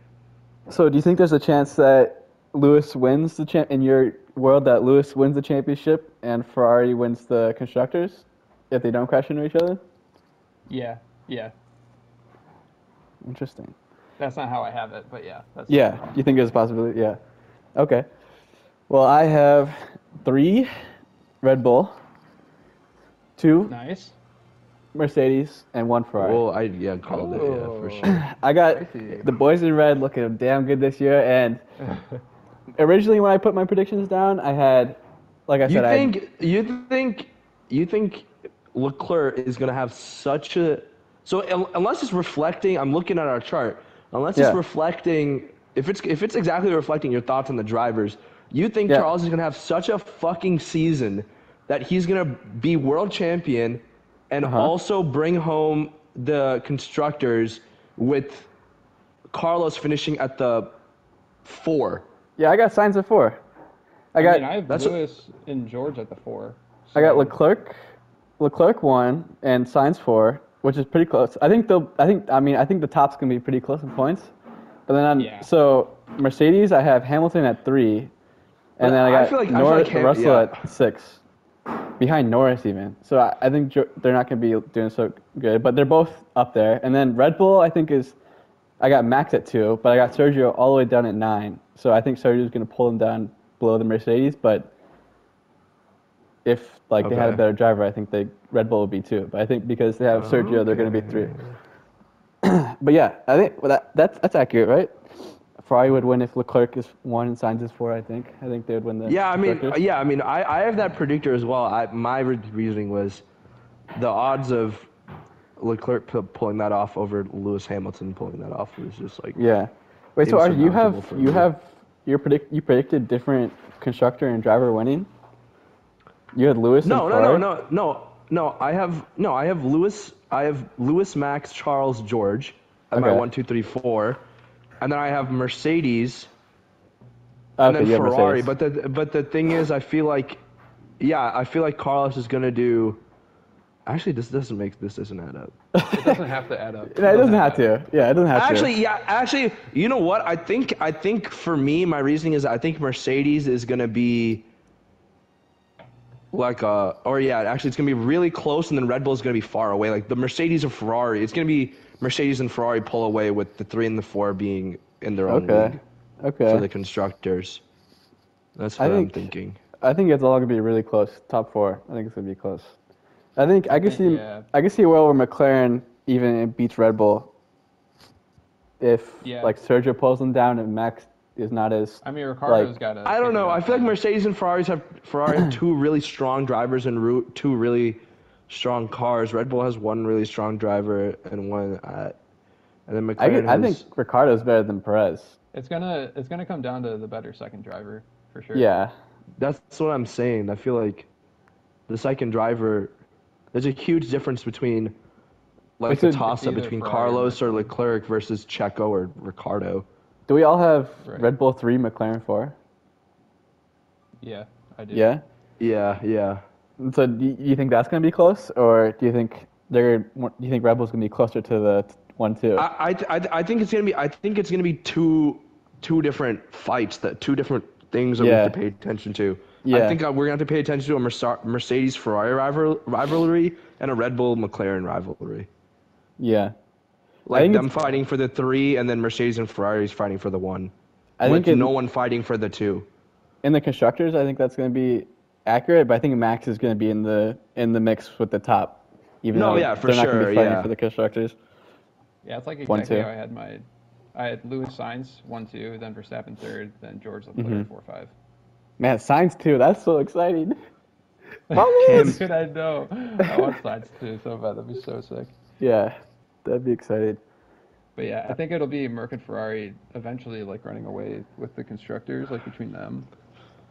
Speaker 1: So do you think there's a chance that Lewis wins the champ in your world that Lewis wins the championship and Ferrari wins the constructors if they don't crash into each other?
Speaker 2: Yeah, yeah.
Speaker 1: Interesting.
Speaker 2: That's not how I have it, but yeah. That's
Speaker 1: Yeah. You think there's a possibility? Yeah. Okay. Well, I have three Red Bull, two
Speaker 2: Nice.
Speaker 1: Mercedes, and one Ferrari.
Speaker 3: Well, I yeah called it yeah for
Speaker 2: Ooh.
Speaker 3: sure.
Speaker 1: I got
Speaker 2: Spicy.
Speaker 1: the boys in red looking damn good this year. And originally, when I put my predictions down, I had, like I
Speaker 3: You
Speaker 1: said, I had-
Speaker 3: think you think you think Leclerc is gonna have such a so un- unless it's reflecting, I'm looking at our chart. Unless it's
Speaker 1: Yeah.
Speaker 3: reflecting, if it's if it's exactly reflecting your thoughts on the drivers, you think
Speaker 1: Yeah.
Speaker 3: Charles is gonna have such a fucking season that he's gonna be world champion and
Speaker 1: Uh-huh.
Speaker 3: also bring home the constructors with Carlos finishing at the four.
Speaker 1: yeah, I got signs of four. I
Speaker 2: I,
Speaker 1: got
Speaker 2: mean, I have
Speaker 3: that's what-
Speaker 2: Lewis and George at the four.
Speaker 1: I got
Speaker 2: so-
Speaker 1: Leclerc, Leclerc one and signs four, which is pretty close. I think they'll. I think I mean I think the top's gonna be pretty close in points. But then I'm
Speaker 2: Yeah.
Speaker 1: so Mercedes, I have Hamilton at three,
Speaker 3: But
Speaker 1: and then I
Speaker 3: I
Speaker 1: got
Speaker 3: feel like- I feel
Speaker 1: Norris,
Speaker 3: like Ham-
Speaker 1: Russell
Speaker 3: yeah.
Speaker 1: at six, behind Norris even. So I, I think jo- they're not gonna be doing so good, but they're both up there. And then Red Bull, I think is. I got Max at two, but I got Sergio all the way down at nine. So I think Sergio's gonna pull them down below the Mercedes, but if like they had a
Speaker 3: Okay.
Speaker 1: better driver, I think they Red Bull would be two. But I think because they have Sergio, they're going to be three. but yeah, I think well, that that's that's accurate, right? Ferrari would win if Leclerc is one and Sainz is four. I think I think they would win the.
Speaker 3: Yeah, I mean,
Speaker 1: Constructors.
Speaker 3: yeah, I mean, I, I have that predictor as well. I, my re- reasoning was the odds of Leclerc pu- pulling that off over Lewis Hamilton pulling that off was just like
Speaker 1: yeah. Wait, so are you
Speaker 3: Insurmountable
Speaker 1: have
Speaker 3: for
Speaker 1: you
Speaker 3: me.
Speaker 1: have you predict you predicted different constructor and driver winning? You had Lewis.
Speaker 3: no,
Speaker 1: and
Speaker 3: no, no,
Speaker 1: Ferrari?
Speaker 3: no, no, no. I have no, I have Lewis, I have Lewis, Max, Charles, George, at my
Speaker 1: Okay.
Speaker 3: one, two, three, four, and then I have Mercedes.
Speaker 1: Okay,
Speaker 3: and then
Speaker 1: you have
Speaker 3: Ferrari.
Speaker 1: Mercedes.
Speaker 3: But the but the thing is, I feel like, yeah, I feel like Carlos is gonna do Actually, this doesn't make this doesn't add up.
Speaker 2: It doesn't have to add up.
Speaker 1: No, it doesn't have to. Yeah, it doesn't have
Speaker 3: Actually,
Speaker 1: to.
Speaker 3: yeah. Actually, you know what? I think I think for me, my reasoning is I think Mercedes is gonna be like uh or yeah, actually it's gonna be really close, and then Red Bull is gonna be far away. Like the Mercedes or Ferrari, it's gonna be Mercedes and Ferrari pull away with the three and the four being in their own
Speaker 1: Okay.
Speaker 3: league
Speaker 1: Okay.
Speaker 3: for the constructors. That's
Speaker 1: I
Speaker 3: what I'm
Speaker 1: think-
Speaker 3: thinking.
Speaker 1: I think it's all gonna be really close. Top four. I think it's gonna be close. I think I can see
Speaker 2: yeah.
Speaker 1: I can see a world where McLaren even beats Red Bull. If
Speaker 2: Yeah.
Speaker 1: like Sergio pulls them down and Max is not as
Speaker 2: I mean, Ricardo's
Speaker 1: Like,
Speaker 2: got to.
Speaker 3: I don't know. I feel like Mercedes and Ferraris have Ferrari have two really strong drivers and ru- two really strong cars. Red Bull has one really strong driver and one, uh, and then
Speaker 1: I,
Speaker 3: McLaren.
Speaker 1: could- I think
Speaker 3: has-
Speaker 1: Ricardo's better than Perez.
Speaker 2: It's gonna it's gonna come down to the better second driver for sure.
Speaker 1: Yeah.
Speaker 3: that's what I'm saying. I feel like the second driver. There's a huge difference between like
Speaker 1: It's
Speaker 3: the
Speaker 1: a-
Speaker 3: toss up
Speaker 2: Either
Speaker 3: between
Speaker 2: Ferrari or
Speaker 3: Carlos or Leclerc versus Checo or Ricardo.
Speaker 1: Do we all have
Speaker 2: Right.
Speaker 1: Red Bull three, McLaren four?
Speaker 2: Yeah, I do.
Speaker 1: Yeah.
Speaker 3: Yeah, yeah.
Speaker 1: So do you, you think that's gonna be close, or do you think they're do you think Red Bull's gonna be closer to the one two?
Speaker 3: I, I, th- I, th- I think it's gonna be I think it's gonna be two two different fights that two different things that we have to
Speaker 1: Yeah.
Speaker 3: pay attention to. I
Speaker 1: Yeah.
Speaker 3: think uh, we're gonna have to pay attention to a Merce- Mercedes Ferrari rival- rivalry and a Red Bull McLaren rivalry.
Speaker 1: yeah.
Speaker 3: Like
Speaker 1: think
Speaker 3: them
Speaker 1: it's-
Speaker 3: fighting for the three, and then Mercedes and Ferrari's fighting for the one.
Speaker 1: I
Speaker 3: with
Speaker 1: think in,
Speaker 3: no one fighting for the two.
Speaker 1: in the constructors, I think that's gonna be accurate, but I think Max is gonna be in the in the mix with the top, even
Speaker 3: No,
Speaker 1: though
Speaker 3: yeah, for
Speaker 1: they're not gonna
Speaker 3: sure,
Speaker 1: be fighting
Speaker 3: yeah.
Speaker 1: for the constructors.
Speaker 2: Yeah, it's like
Speaker 1: One,
Speaker 2: exactly
Speaker 1: two.
Speaker 2: how I had my. I had Lewis Sainz one two, then Verstappen third, then George Leclerc
Speaker 1: Mm-hmm.
Speaker 2: four five.
Speaker 1: Man, science too. That's so exciting.
Speaker 2: How
Speaker 1: Vamos!
Speaker 2: could I know? I want Sainz too so bad. That'd be so sick.
Speaker 1: yeah, that'd be exciting.
Speaker 2: But yeah, I think it'll be Merck and Ferrari eventually like running away with the constructors, like between them,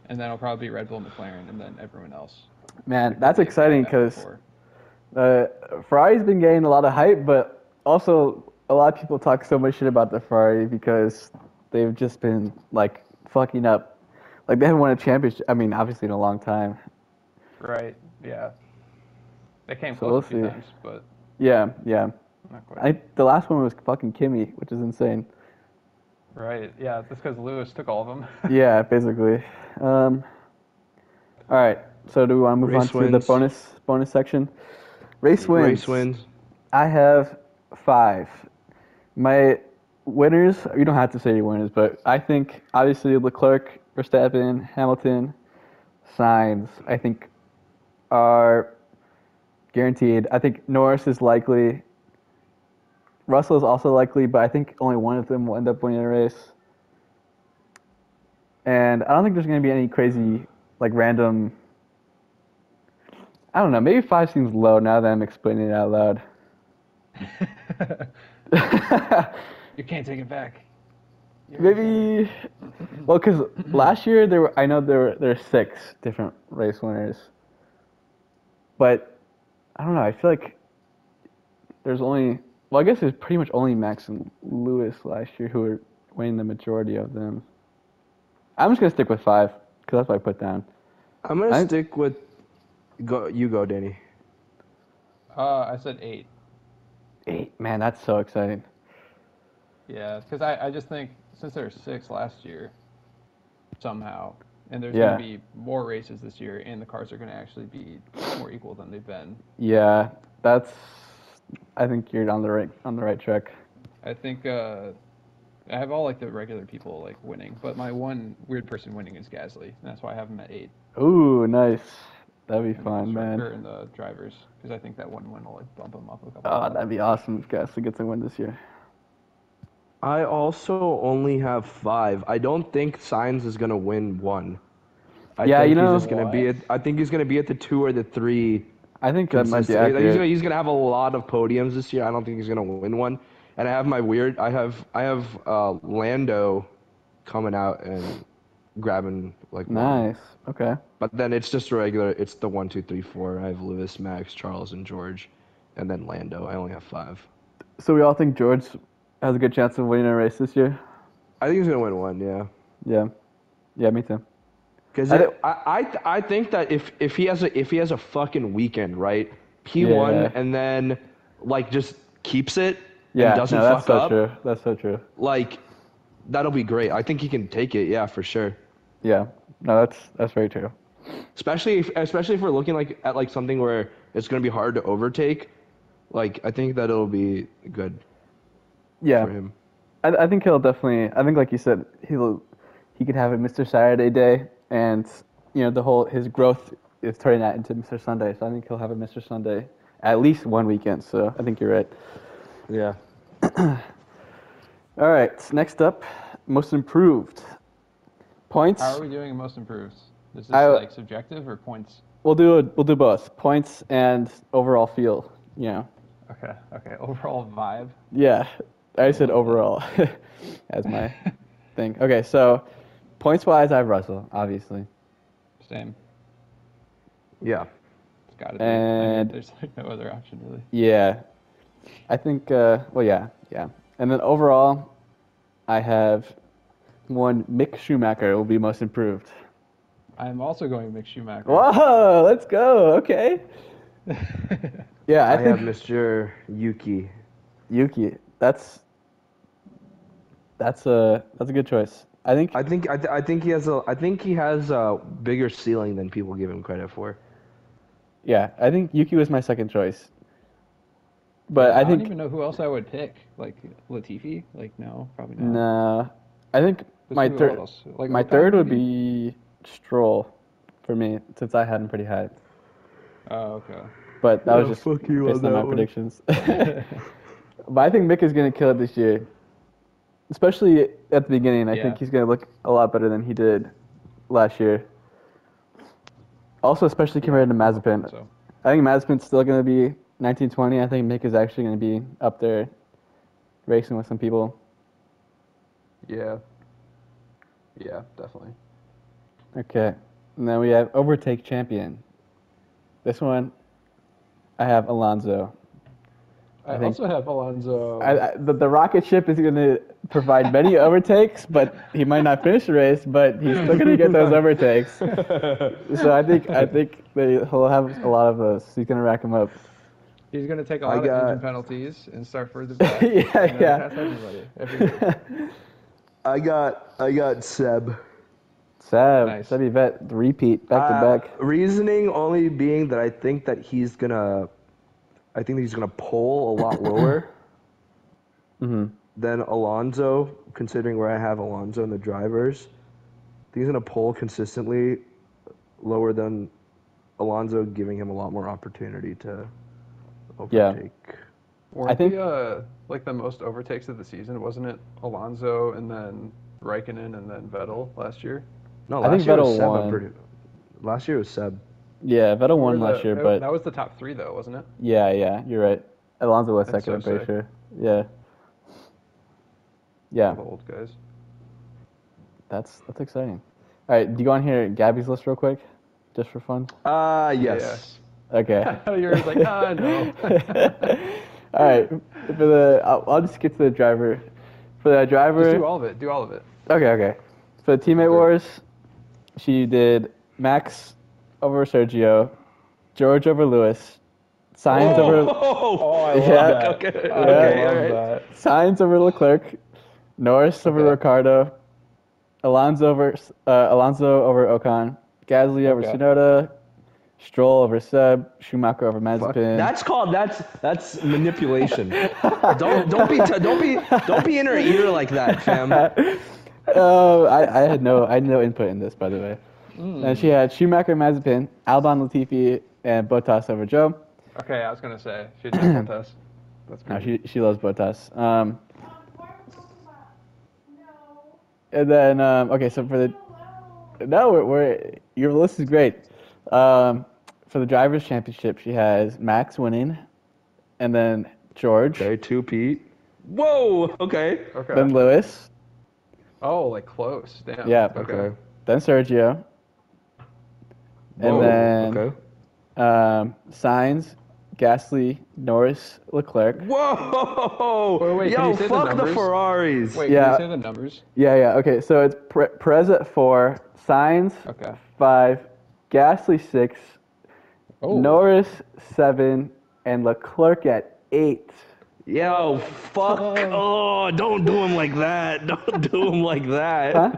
Speaker 2: and then it'll probably be Red Bull, McLaren, and then everyone else.
Speaker 1: Man, that's exciting
Speaker 2: Like that
Speaker 1: because
Speaker 2: before.
Speaker 1: uh, Ferrari's been getting a lot of hype, but also a lot of people talk so much shit about the Ferrari because they've just been like fucking up. Like they haven't won a championship. I mean, obviously in a long time.
Speaker 2: right, yeah, they came
Speaker 1: So
Speaker 2: close
Speaker 1: we'll
Speaker 2: a few
Speaker 1: see.
Speaker 2: times, but
Speaker 1: Yeah, yeah.
Speaker 2: not quite.
Speaker 1: I the last one was fucking Kimmy, which is insane.
Speaker 2: Right. Yeah. That's because Lewis took all of them.
Speaker 1: Yeah, basically. Um, all right. So do we want to move
Speaker 3: Race
Speaker 1: on to the
Speaker 3: wins.
Speaker 1: bonus bonus section? Race wins.
Speaker 3: Race wins.
Speaker 1: I have five. My winners. You don't have to say your winners, but I think obviously Leclerc, Verstappen, Hamilton, Signs. I think are guaranteed. I think Norris is likely. Russell is also likely, but I think only one of them will end up winning a race. And I don't think there's going to be any crazy, like random. I don't know. Maybe five seems low now that I'm explaining it out loud.
Speaker 2: you can't take it back.
Speaker 1: Maybe, well, because last year there were I know there were there were six different race winners, but I don't know. I feel like there's only well, I guess it's pretty much only Max and Lewis last year who were winning the majority of them. I'm just gonna stick with five because that's what I put down.
Speaker 3: I'm gonna
Speaker 1: I-
Speaker 3: stick with. Go you go, Danny.
Speaker 2: Uh, I said eight.
Speaker 1: Eight, man, that's so exciting.
Speaker 2: Yeah, because I, I just think since there were six last year, somehow, and there's
Speaker 1: Yeah.
Speaker 2: going to be more races this year, and the cars are going to actually be more equal than they've been.
Speaker 1: Yeah, that's. I think you're on the right on the right track.
Speaker 2: I think uh, I have all like the regular people like winning, but my one weird person winning is Gasly. And that's why I have him at eight.
Speaker 1: Ooh, nice. That'd be
Speaker 2: in the
Speaker 1: fun, man.
Speaker 2: constructor And the drivers, because I think that one win will like bump him up a couple.
Speaker 1: Oh, that'd be awesome if Gasly gets a win this year.
Speaker 3: I also only have five. I don't think Signs is gonna win one. I
Speaker 1: Yeah,
Speaker 3: think
Speaker 1: you know-
Speaker 3: he's just gonna be. At, I think he's gonna be at the two or the three.
Speaker 1: I think that might be
Speaker 3: consistently. Like, he's, gonna,
Speaker 1: accurate.
Speaker 3: he's gonna have a lot of podiums this year. I don't think he's gonna win one. And I have my weird. I have I have uh, Lando coming out and grabbing like one.
Speaker 1: Nice. Okay.
Speaker 3: But then it's just a regular. It's the one, two, three, four. I have Lewis, Max, Charles, and George, and then Lando. I only have five.
Speaker 1: So we all think George has a good chance of winning a race this year.
Speaker 3: I think he's gonna win one. Yeah.
Speaker 1: Yeah. Yeah, me too.
Speaker 3: Because
Speaker 1: I
Speaker 3: I,
Speaker 1: don't-
Speaker 3: I, I, th- I think that if, if he has a if he has a fucking weekend, right? P1
Speaker 1: Yeah.
Speaker 3: and then like just keeps it
Speaker 1: Yeah,
Speaker 3: and doesn't
Speaker 1: no, that's
Speaker 3: fuck
Speaker 1: so
Speaker 3: up.
Speaker 1: true. That's so true.
Speaker 3: Like that'll be great. I think he can take it. Yeah, for sure.
Speaker 1: Yeah, no, that's that's very true.
Speaker 3: Especially if, especially if we're looking like at like something where it's gonna be hard to overtake. Like I think that it'll be good
Speaker 1: Yeah,
Speaker 3: for him.
Speaker 1: I, I think he'll definitely. I think, like you said, he'll he could have a Mr. Saturday day, and you know the whole his growth is turning that into Mr. Sunday. So I think he'll have a Mr. Sunday at least one weekend. So I think you're right.
Speaker 3: Yeah.
Speaker 1: All right, next up, most improved points.
Speaker 2: How are we doing in most improved? Is this
Speaker 1: I-
Speaker 2: like subjective or points?
Speaker 1: We'll do a, we'll do both points and overall feel. You know,
Speaker 2: Okay, okay. Overall vibe.
Speaker 1: yeah, I said overall as my thing. Okay, so points wise, I have Russell obviously.
Speaker 2: Same.
Speaker 3: Yeah.
Speaker 2: It's got to be. I mean,
Speaker 1: And-
Speaker 2: there's like no other option really.
Speaker 1: Yeah. I think, uh, well, yeah, yeah. And then overall, I have one Mick Schumacher will be most improved.
Speaker 2: I'm also going Mick Schumacher.
Speaker 1: Whoa, let's go. Okay. Yeah, I,
Speaker 3: I,
Speaker 1: think
Speaker 3: have Mr. Yuki.
Speaker 1: Yuki. That's that's a that's a good choice. I think
Speaker 3: I think I, th- I think he has a I think he has a bigger ceiling than people give him credit for.
Speaker 1: yeah, I think Yuki was my second choice. But I,
Speaker 2: I,
Speaker 1: think
Speaker 2: don't even know who else I would pick. Like Latifi? Like no, probably not.
Speaker 1: nah, I think
Speaker 2: Just
Speaker 1: my
Speaker 2: who
Speaker 1: third
Speaker 2: else? Like
Speaker 1: my
Speaker 2: Ocon,
Speaker 1: third would
Speaker 2: maybe?
Speaker 1: be Stroll for me since I had him pretty high.
Speaker 2: Oh, okay.
Speaker 1: But that was
Speaker 3: Yeah,
Speaker 1: just
Speaker 3: fuck you
Speaker 1: based on
Speaker 3: on
Speaker 1: my
Speaker 3: that one.
Speaker 1: predictions. but I think Mick is going to kill it this year, especially at the beginning. I
Speaker 2: Yeah.
Speaker 1: think he's going to look a lot better than he did last year. Also, especially compared to Mazepin,
Speaker 2: So
Speaker 1: I think Mazepin's still going to be 1920. I think Mick is actually going to be up there racing with some people.
Speaker 3: Yeah. Yeah, definitely.
Speaker 1: Okay, and then we have overtake champion. This one, I have Alonso.
Speaker 2: I,
Speaker 1: I think-
Speaker 2: also have Alonso.
Speaker 1: I, I, the, the rocket ship is going to provide many overtakes, but he might not finish the race, but he's still going to get those overtakes. So I think I think they, he'll have a lot of those. He's going to rack them up.
Speaker 2: He's gonna take a
Speaker 3: I
Speaker 2: lot of engine
Speaker 3: got-
Speaker 2: penalties and start further back.
Speaker 1: Yeah,
Speaker 2: and
Speaker 1: yeah.
Speaker 2: pass everybody, everybody.
Speaker 3: I got I got Seb.
Speaker 1: Sab,
Speaker 2: Nice. Ah.
Speaker 1: Sab Yvette, repeat back
Speaker 3: Uh,
Speaker 1: to back.
Speaker 3: Reasoning only being that I think that he's gonna, I think that he's gonna pull a lot lower
Speaker 1: Mhm.
Speaker 3: than Alonso, considering where I have Alonso in the drivers. I think he's gonna pull consistently lower than Alonso, giving him a lot more opportunity to
Speaker 1: Yeah.
Speaker 3: overtake.
Speaker 2: Or
Speaker 1: I think-
Speaker 2: the, uh, like the most overtakes of the season, wasn't it? Alonso and then Raikkonen and then Vettel last year.
Speaker 3: No,
Speaker 1: I
Speaker 3: last
Speaker 1: think
Speaker 3: year was
Speaker 1: Vettel
Speaker 3: Seb. I'm
Speaker 1: won.
Speaker 3: pretty- last year was Seb.
Speaker 1: Yeah, Vettel
Speaker 2: Or
Speaker 1: won
Speaker 2: the-
Speaker 1: last year,
Speaker 2: that-
Speaker 1: but
Speaker 2: that was the top three though, wasn't it?
Speaker 1: yeah, yeah, you're right. Alonso was
Speaker 2: That's
Speaker 1: second, I'm
Speaker 2: so
Speaker 1: pretty
Speaker 2: sick.
Speaker 1: sure. Yeah. Yeah,
Speaker 2: The old guys.
Speaker 1: that's that's exciting. All right, do you go on here Gabby's list real quick, just for fun?
Speaker 3: Ah, yes.
Speaker 1: Okay.
Speaker 2: You're just like, ah, no.
Speaker 1: all right. For the, I'll, I'll just get to the driver. For the
Speaker 2: Just do
Speaker 1: driver.
Speaker 2: all of it. Do all of it.
Speaker 1: Okay, okay. For the teammate wars, she did Max over Sergio, George over Lewis, Signs over
Speaker 3: Oh, I
Speaker 1: love Yeah. that.
Speaker 3: Okay,
Speaker 1: I
Speaker 3: okay,
Speaker 1: love
Speaker 3: alright.
Speaker 1: Signs over Leclerc, Norris over
Speaker 2: Okay.
Speaker 1: Ricardo, Alonso over uh, Alonso over Ocon, Gasly over
Speaker 2: Okay.
Speaker 1: Sonoda, Stroll over Seb, Schumacher over
Speaker 3: Fuck.
Speaker 1: Mazepin.
Speaker 3: That's called that's that's manipulation. don't don't be t- don't be don't be in her ear like that, fam.
Speaker 1: Oh, I, I had no I had no input in this, by the way. And she had Schumacher, Mazepin, Albon, Latifi, and Bottas over Joe.
Speaker 2: Okay, I was gonna say she did not contest. That's
Speaker 1: No,
Speaker 2: pretty.
Speaker 1: she she loves Bottas. Um,
Speaker 4: No.
Speaker 1: and then um, okay, so for the no, we're, we're your list is great. Um, for the drivers' championship, she has Max winning, and then George,
Speaker 3: two Pete. Whoa. Okay.
Speaker 2: Okay.
Speaker 1: then Lewis,
Speaker 2: oh, like close. Damn.
Speaker 1: Yeah.
Speaker 2: Okay.
Speaker 1: then Sergio, and
Speaker 3: Whoa,
Speaker 1: then
Speaker 3: Oh, okay.
Speaker 1: um, Signs, Gasly, Norris, Leclerc.
Speaker 3: Whoa.
Speaker 2: Wait, wait, can
Speaker 3: Yo,
Speaker 2: you say the
Speaker 3: fuck the,
Speaker 2: numbers?
Speaker 3: Ferraris.
Speaker 2: Wait,
Speaker 1: Yeah.
Speaker 2: can you say the numbers?
Speaker 1: Yeah, yeah. Okay, so it's Pre- Perez at four, Signs
Speaker 2: Okay.
Speaker 1: five, Gasly six,
Speaker 2: Oh.
Speaker 1: Norris seven, and Leclerc at eight.
Speaker 3: Yo, fuck. Oh, don't do him like that. Don't do him like that.
Speaker 1: Huh?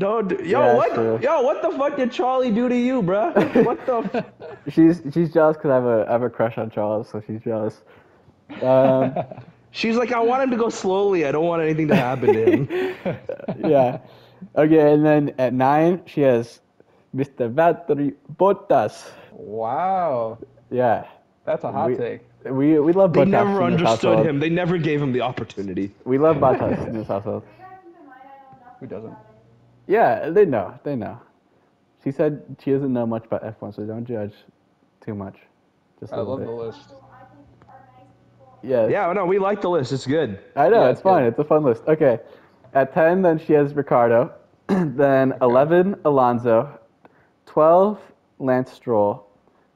Speaker 3: Don't. Do, yo,
Speaker 1: Yeah,
Speaker 3: what?
Speaker 1: true.
Speaker 3: Yo, what the fuck did Charlie do to you, bruh? What the? F-
Speaker 1: She's she's jealous because I have a I have a crush on Charles, so she's jealous. Um,
Speaker 3: She's like, I want him to go slowly. I don't want anything to happen to him.
Speaker 1: yeah. Okay, and then at nine she has Mr. Valtteri Bottas.
Speaker 2: Wow,
Speaker 1: Yeah,
Speaker 2: that's a hot
Speaker 1: We-
Speaker 2: take.
Speaker 1: we we love
Speaker 3: they
Speaker 1: Bottas.
Speaker 3: never
Speaker 1: in this
Speaker 3: understood
Speaker 1: household.
Speaker 3: him. They never gave him the opportunity.
Speaker 1: We love Bottas in this household.
Speaker 2: Who doesn't?
Speaker 1: Yeah, they know. They know. She said she doesn't know much about F1, so don't judge too much. Just a
Speaker 2: I
Speaker 1: little
Speaker 2: love
Speaker 1: bit.
Speaker 2: the list.
Speaker 1: Yes.
Speaker 3: Yeah, no, we like the list. It's good.
Speaker 1: I know,
Speaker 2: Yeah,
Speaker 1: it's
Speaker 2: it's good.
Speaker 1: fine. It's a fun list. Okay. At 10, then she has Ricardo. then 11, Alonso. 12, Lance Stroll.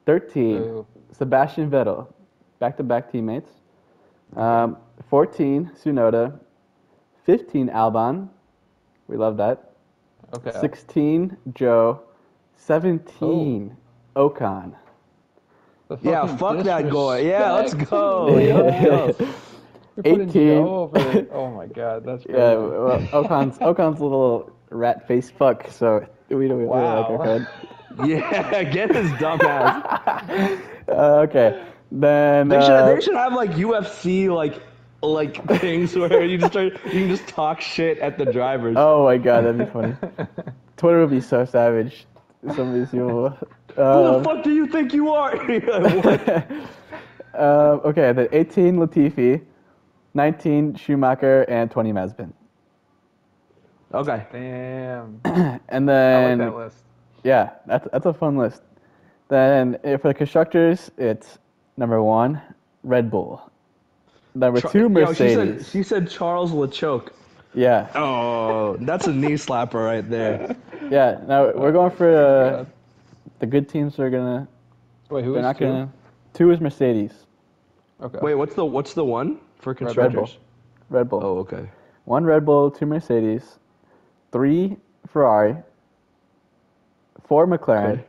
Speaker 1: 13,
Speaker 2: Ooh.
Speaker 1: Sebastian Vettel. Back to back teammates. Um, 14, Sunoda. 15, Albon. We love that.
Speaker 2: Okay.
Speaker 1: 16, Joe. 17,
Speaker 3: Oh.
Speaker 1: Ocon.
Speaker 2: The
Speaker 3: Yeah,
Speaker 2: fucking
Speaker 3: fuck that guy. Yeah, let's
Speaker 2: disrespect.
Speaker 3: go.
Speaker 1: Yeah.
Speaker 3: Oh, Yeah.
Speaker 2: You're
Speaker 1: 18.
Speaker 2: putting Joe over- Oh my god, that's crazy.
Speaker 1: Yeah, well, Ocon's, Ocon's a little rat face fuck, so we don't really like
Speaker 2: Wow.
Speaker 1: Ocon.
Speaker 3: Yeah, get his dumb ass.
Speaker 1: Uh, okay. Then
Speaker 3: They
Speaker 1: uh,
Speaker 3: should, they should have like UFC like like things where you just start you can just talk shit at the drivers.
Speaker 1: oh my god, that'd be funny. Twitter would be so savage. Some of these people.
Speaker 3: Who the
Speaker 1: Um,
Speaker 3: fuck do you think you are? You're like, what?
Speaker 1: um, okay, then 18 Latifi, 19 Schumacher, and 20 Mazepin.
Speaker 3: okay.
Speaker 2: Damn.
Speaker 1: And
Speaker 2: I like
Speaker 1: then
Speaker 2: that list.
Speaker 1: yeah, that's that's a fun list. Then eh, for the constructors, it's number one Red Bull, number
Speaker 3: Char-
Speaker 1: two
Speaker 3: Yo, she
Speaker 1: Mercedes.
Speaker 3: said- she, said, Charles LeChoke.
Speaker 1: yeah,
Speaker 3: Oh, that's a knee slapper right there.
Speaker 1: yeah. Now we're going for uh, the good teams. Are gonna
Speaker 2: Wait, who
Speaker 1: They're
Speaker 2: is
Speaker 1: not
Speaker 2: two?
Speaker 1: gonna. Two is Mercedes,
Speaker 2: Okay.
Speaker 3: Wait, what's the what's the one for
Speaker 2: Bull.
Speaker 3: constructors?
Speaker 1: Red Bull.
Speaker 3: Oh, okay.
Speaker 1: One Red Bull, two Mercedes, three Ferrari, four McLaren.
Speaker 3: Okay.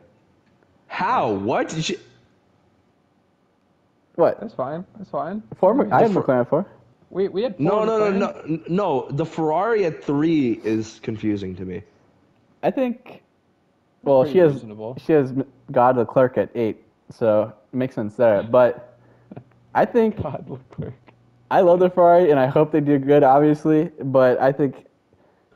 Speaker 3: How? What? She,
Speaker 1: What?
Speaker 2: That's fine. That's fine.
Speaker 1: Four? Mc- I had
Speaker 3: Fer-
Speaker 1: McLaren four.
Speaker 2: We we had.
Speaker 3: no,
Speaker 2: four
Speaker 3: no, no,
Speaker 2: McLaren.
Speaker 3: no, n- no. The Ferrari at three is confusing to me.
Speaker 1: I think. Well, she
Speaker 2: Pretty
Speaker 1: has
Speaker 2: reasonable.
Speaker 1: she has M- God Leclerc at eight, so it makes sense there. But I think
Speaker 2: God, Leclerc.
Speaker 1: I love the Ferrari, and I hope they do good, obviously. But I think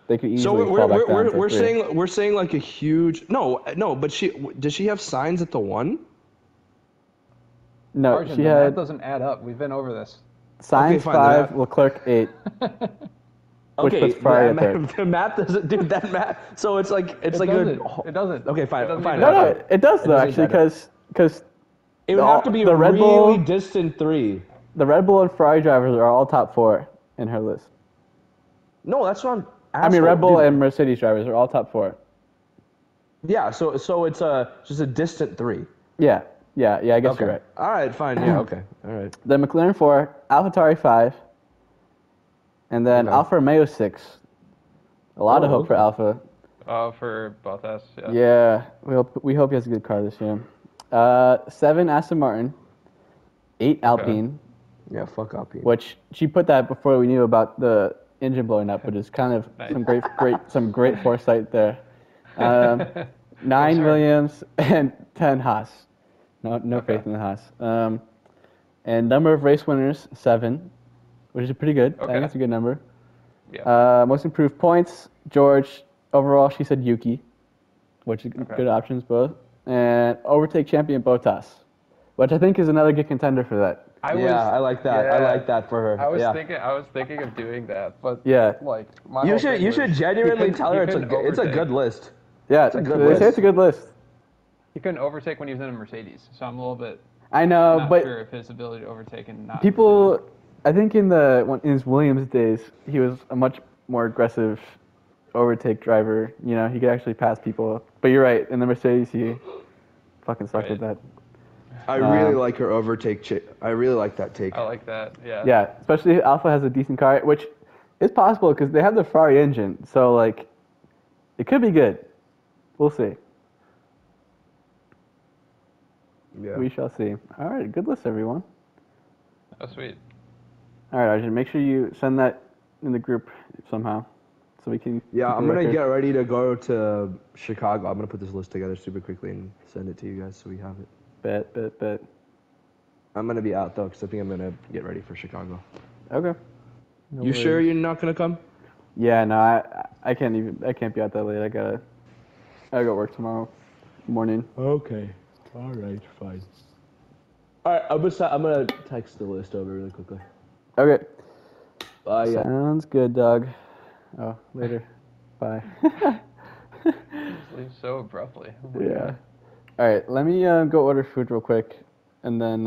Speaker 1: they could easily
Speaker 3: So we're we're
Speaker 1: fall back
Speaker 3: we're,
Speaker 1: down
Speaker 3: we're,
Speaker 1: to
Speaker 3: we're
Speaker 1: three.
Speaker 3: saying we're saying like a huge no no. But she does she have signs at the one?
Speaker 1: no.
Speaker 2: Arjun,
Speaker 1: Uh, She
Speaker 2: then that
Speaker 1: had
Speaker 2: doesn't add up. We've been over this.
Speaker 1: Science
Speaker 3: fine, they're
Speaker 1: five, Leclerc eight. Which
Speaker 3: Okay,
Speaker 1: puts Ferrari
Speaker 3: yeah,
Speaker 1: at
Speaker 3: ma-
Speaker 1: third.
Speaker 3: the math doesn't dude that math. So it's like it's
Speaker 2: It
Speaker 3: like
Speaker 2: doesn't.
Speaker 3: a,
Speaker 2: It doesn't.
Speaker 3: Okay, fine,
Speaker 2: It doesn't
Speaker 3: fine,
Speaker 1: No,
Speaker 2: even add
Speaker 1: no,
Speaker 2: up.
Speaker 3: matter.
Speaker 1: it does though
Speaker 3: doesn't
Speaker 1: actually,
Speaker 3: matter.
Speaker 1: because because
Speaker 3: It would
Speaker 1: The-
Speaker 3: have to be
Speaker 1: the
Speaker 3: a
Speaker 1: Red
Speaker 3: really
Speaker 1: Bull-
Speaker 3: distant three.
Speaker 1: the Red Bull and Ferrari drivers are all top four in her list.
Speaker 3: No, that's what I'm.
Speaker 1: I mean,
Speaker 3: asking,
Speaker 1: Red Bull
Speaker 3: dude.
Speaker 1: and Mercedes drivers are all top four.
Speaker 3: yeah. So so it's a just a distant three.
Speaker 1: Yeah, yeah, yeah. I guess you're right.
Speaker 3: All right, fine. Yeah, okay. All right.
Speaker 1: Then McLaren four, AlphaTauri five, and then
Speaker 3: Okay.
Speaker 1: Alfa Romeo six. A lot of
Speaker 3: Oh,
Speaker 1: hope for
Speaker 3: okay.
Speaker 1: Alpha.
Speaker 2: Oh, for Bottas. Yeah.
Speaker 1: Yeah, we hope we hope he has a good car this year. Uh, seven Aston Martin, eight Alpine,
Speaker 3: Yeah, fuck up. Ian.
Speaker 1: which she put that before we knew about the engine blowing up, but it's kind of
Speaker 2: Nice.
Speaker 1: some great great some great foresight there. Um, Nine
Speaker 2: Yes, sir.
Speaker 1: Williams and ten Haas. No, no
Speaker 2: Okay.
Speaker 1: faith in the Haas. Um, and number of race winners seven, which is pretty good. I
Speaker 2: Okay.
Speaker 1: think that's a good number.
Speaker 2: Yeah.
Speaker 1: Uh, most improved points George. Overall, she said Yuki, which is
Speaker 2: Okay.
Speaker 1: good options both. And overtake champion Botas, which I think is another good contender for that.
Speaker 2: I
Speaker 3: yeah,
Speaker 2: was,
Speaker 3: I like that. I
Speaker 2: yeah.
Speaker 3: like that for her.
Speaker 2: I was
Speaker 3: yeah.
Speaker 2: thinking. I was thinking of doing that, but
Speaker 1: Yeah.
Speaker 2: like my
Speaker 3: you
Speaker 2: whole
Speaker 3: should
Speaker 2: thing
Speaker 3: you
Speaker 2: was,
Speaker 3: should
Speaker 2: he
Speaker 3: genuinely
Speaker 2: couldn't-
Speaker 3: tell
Speaker 2: he
Speaker 3: her it's a
Speaker 2: couldn't
Speaker 3: good, it's a
Speaker 2: overtake.
Speaker 3: good list.
Speaker 1: Yeah,
Speaker 3: a good
Speaker 1: they say
Speaker 3: list.
Speaker 1: it's a good list.
Speaker 2: He couldn't overtake when he was in a Mercedes, so I'm a little bit
Speaker 1: I know,
Speaker 2: not
Speaker 1: Uh, but
Speaker 2: sure if his ability to overtake and not.
Speaker 1: people i think in the when- in his williams days he was a much more aggressive overtake driver you know he could actually pass people but you're right in the mercedes he fucking sucked at
Speaker 2: Right.
Speaker 1: that
Speaker 3: I
Speaker 1: really Um,
Speaker 3: like her overtake. Chi- I really like that take.
Speaker 2: I like that. Yeah.
Speaker 1: yeah especially if alpha has a decent car which is possible because they have the ferrari engine so like it could be good we'll see
Speaker 3: Yeah.
Speaker 1: We shall see. All right, good list, everyone.
Speaker 2: Oh, sweet.
Speaker 1: All right, Arjun, make sure you send that in the group somehow, so we can.
Speaker 3: Yeah,
Speaker 1: keep a
Speaker 3: I'm gonna
Speaker 1: record.
Speaker 3: get ready to go to Chicago. I'm gonna put this list together super quickly and send it to you guys so we have it.
Speaker 1: bet, bet, bet.
Speaker 3: I'm gonna be out though, because I think I'm gonna get ready for Chicago.
Speaker 1: Okay.
Speaker 3: you sure you're not gonna come?
Speaker 1: Yeah, no, I I can't even I can't be out that late. I gotta I got work tomorrow morning.
Speaker 3: Okay. All right. Fine. All right. I'm gonna si- I'm gonna text the list over really quickly.
Speaker 1: Okay.
Speaker 3: Bye. yeah.
Speaker 1: Sounds good, Doug. Oh, later. Bye.
Speaker 2: Leave so abruptly.
Speaker 1: yeah. All right, let me uh, go order food real quick, and then. Uh,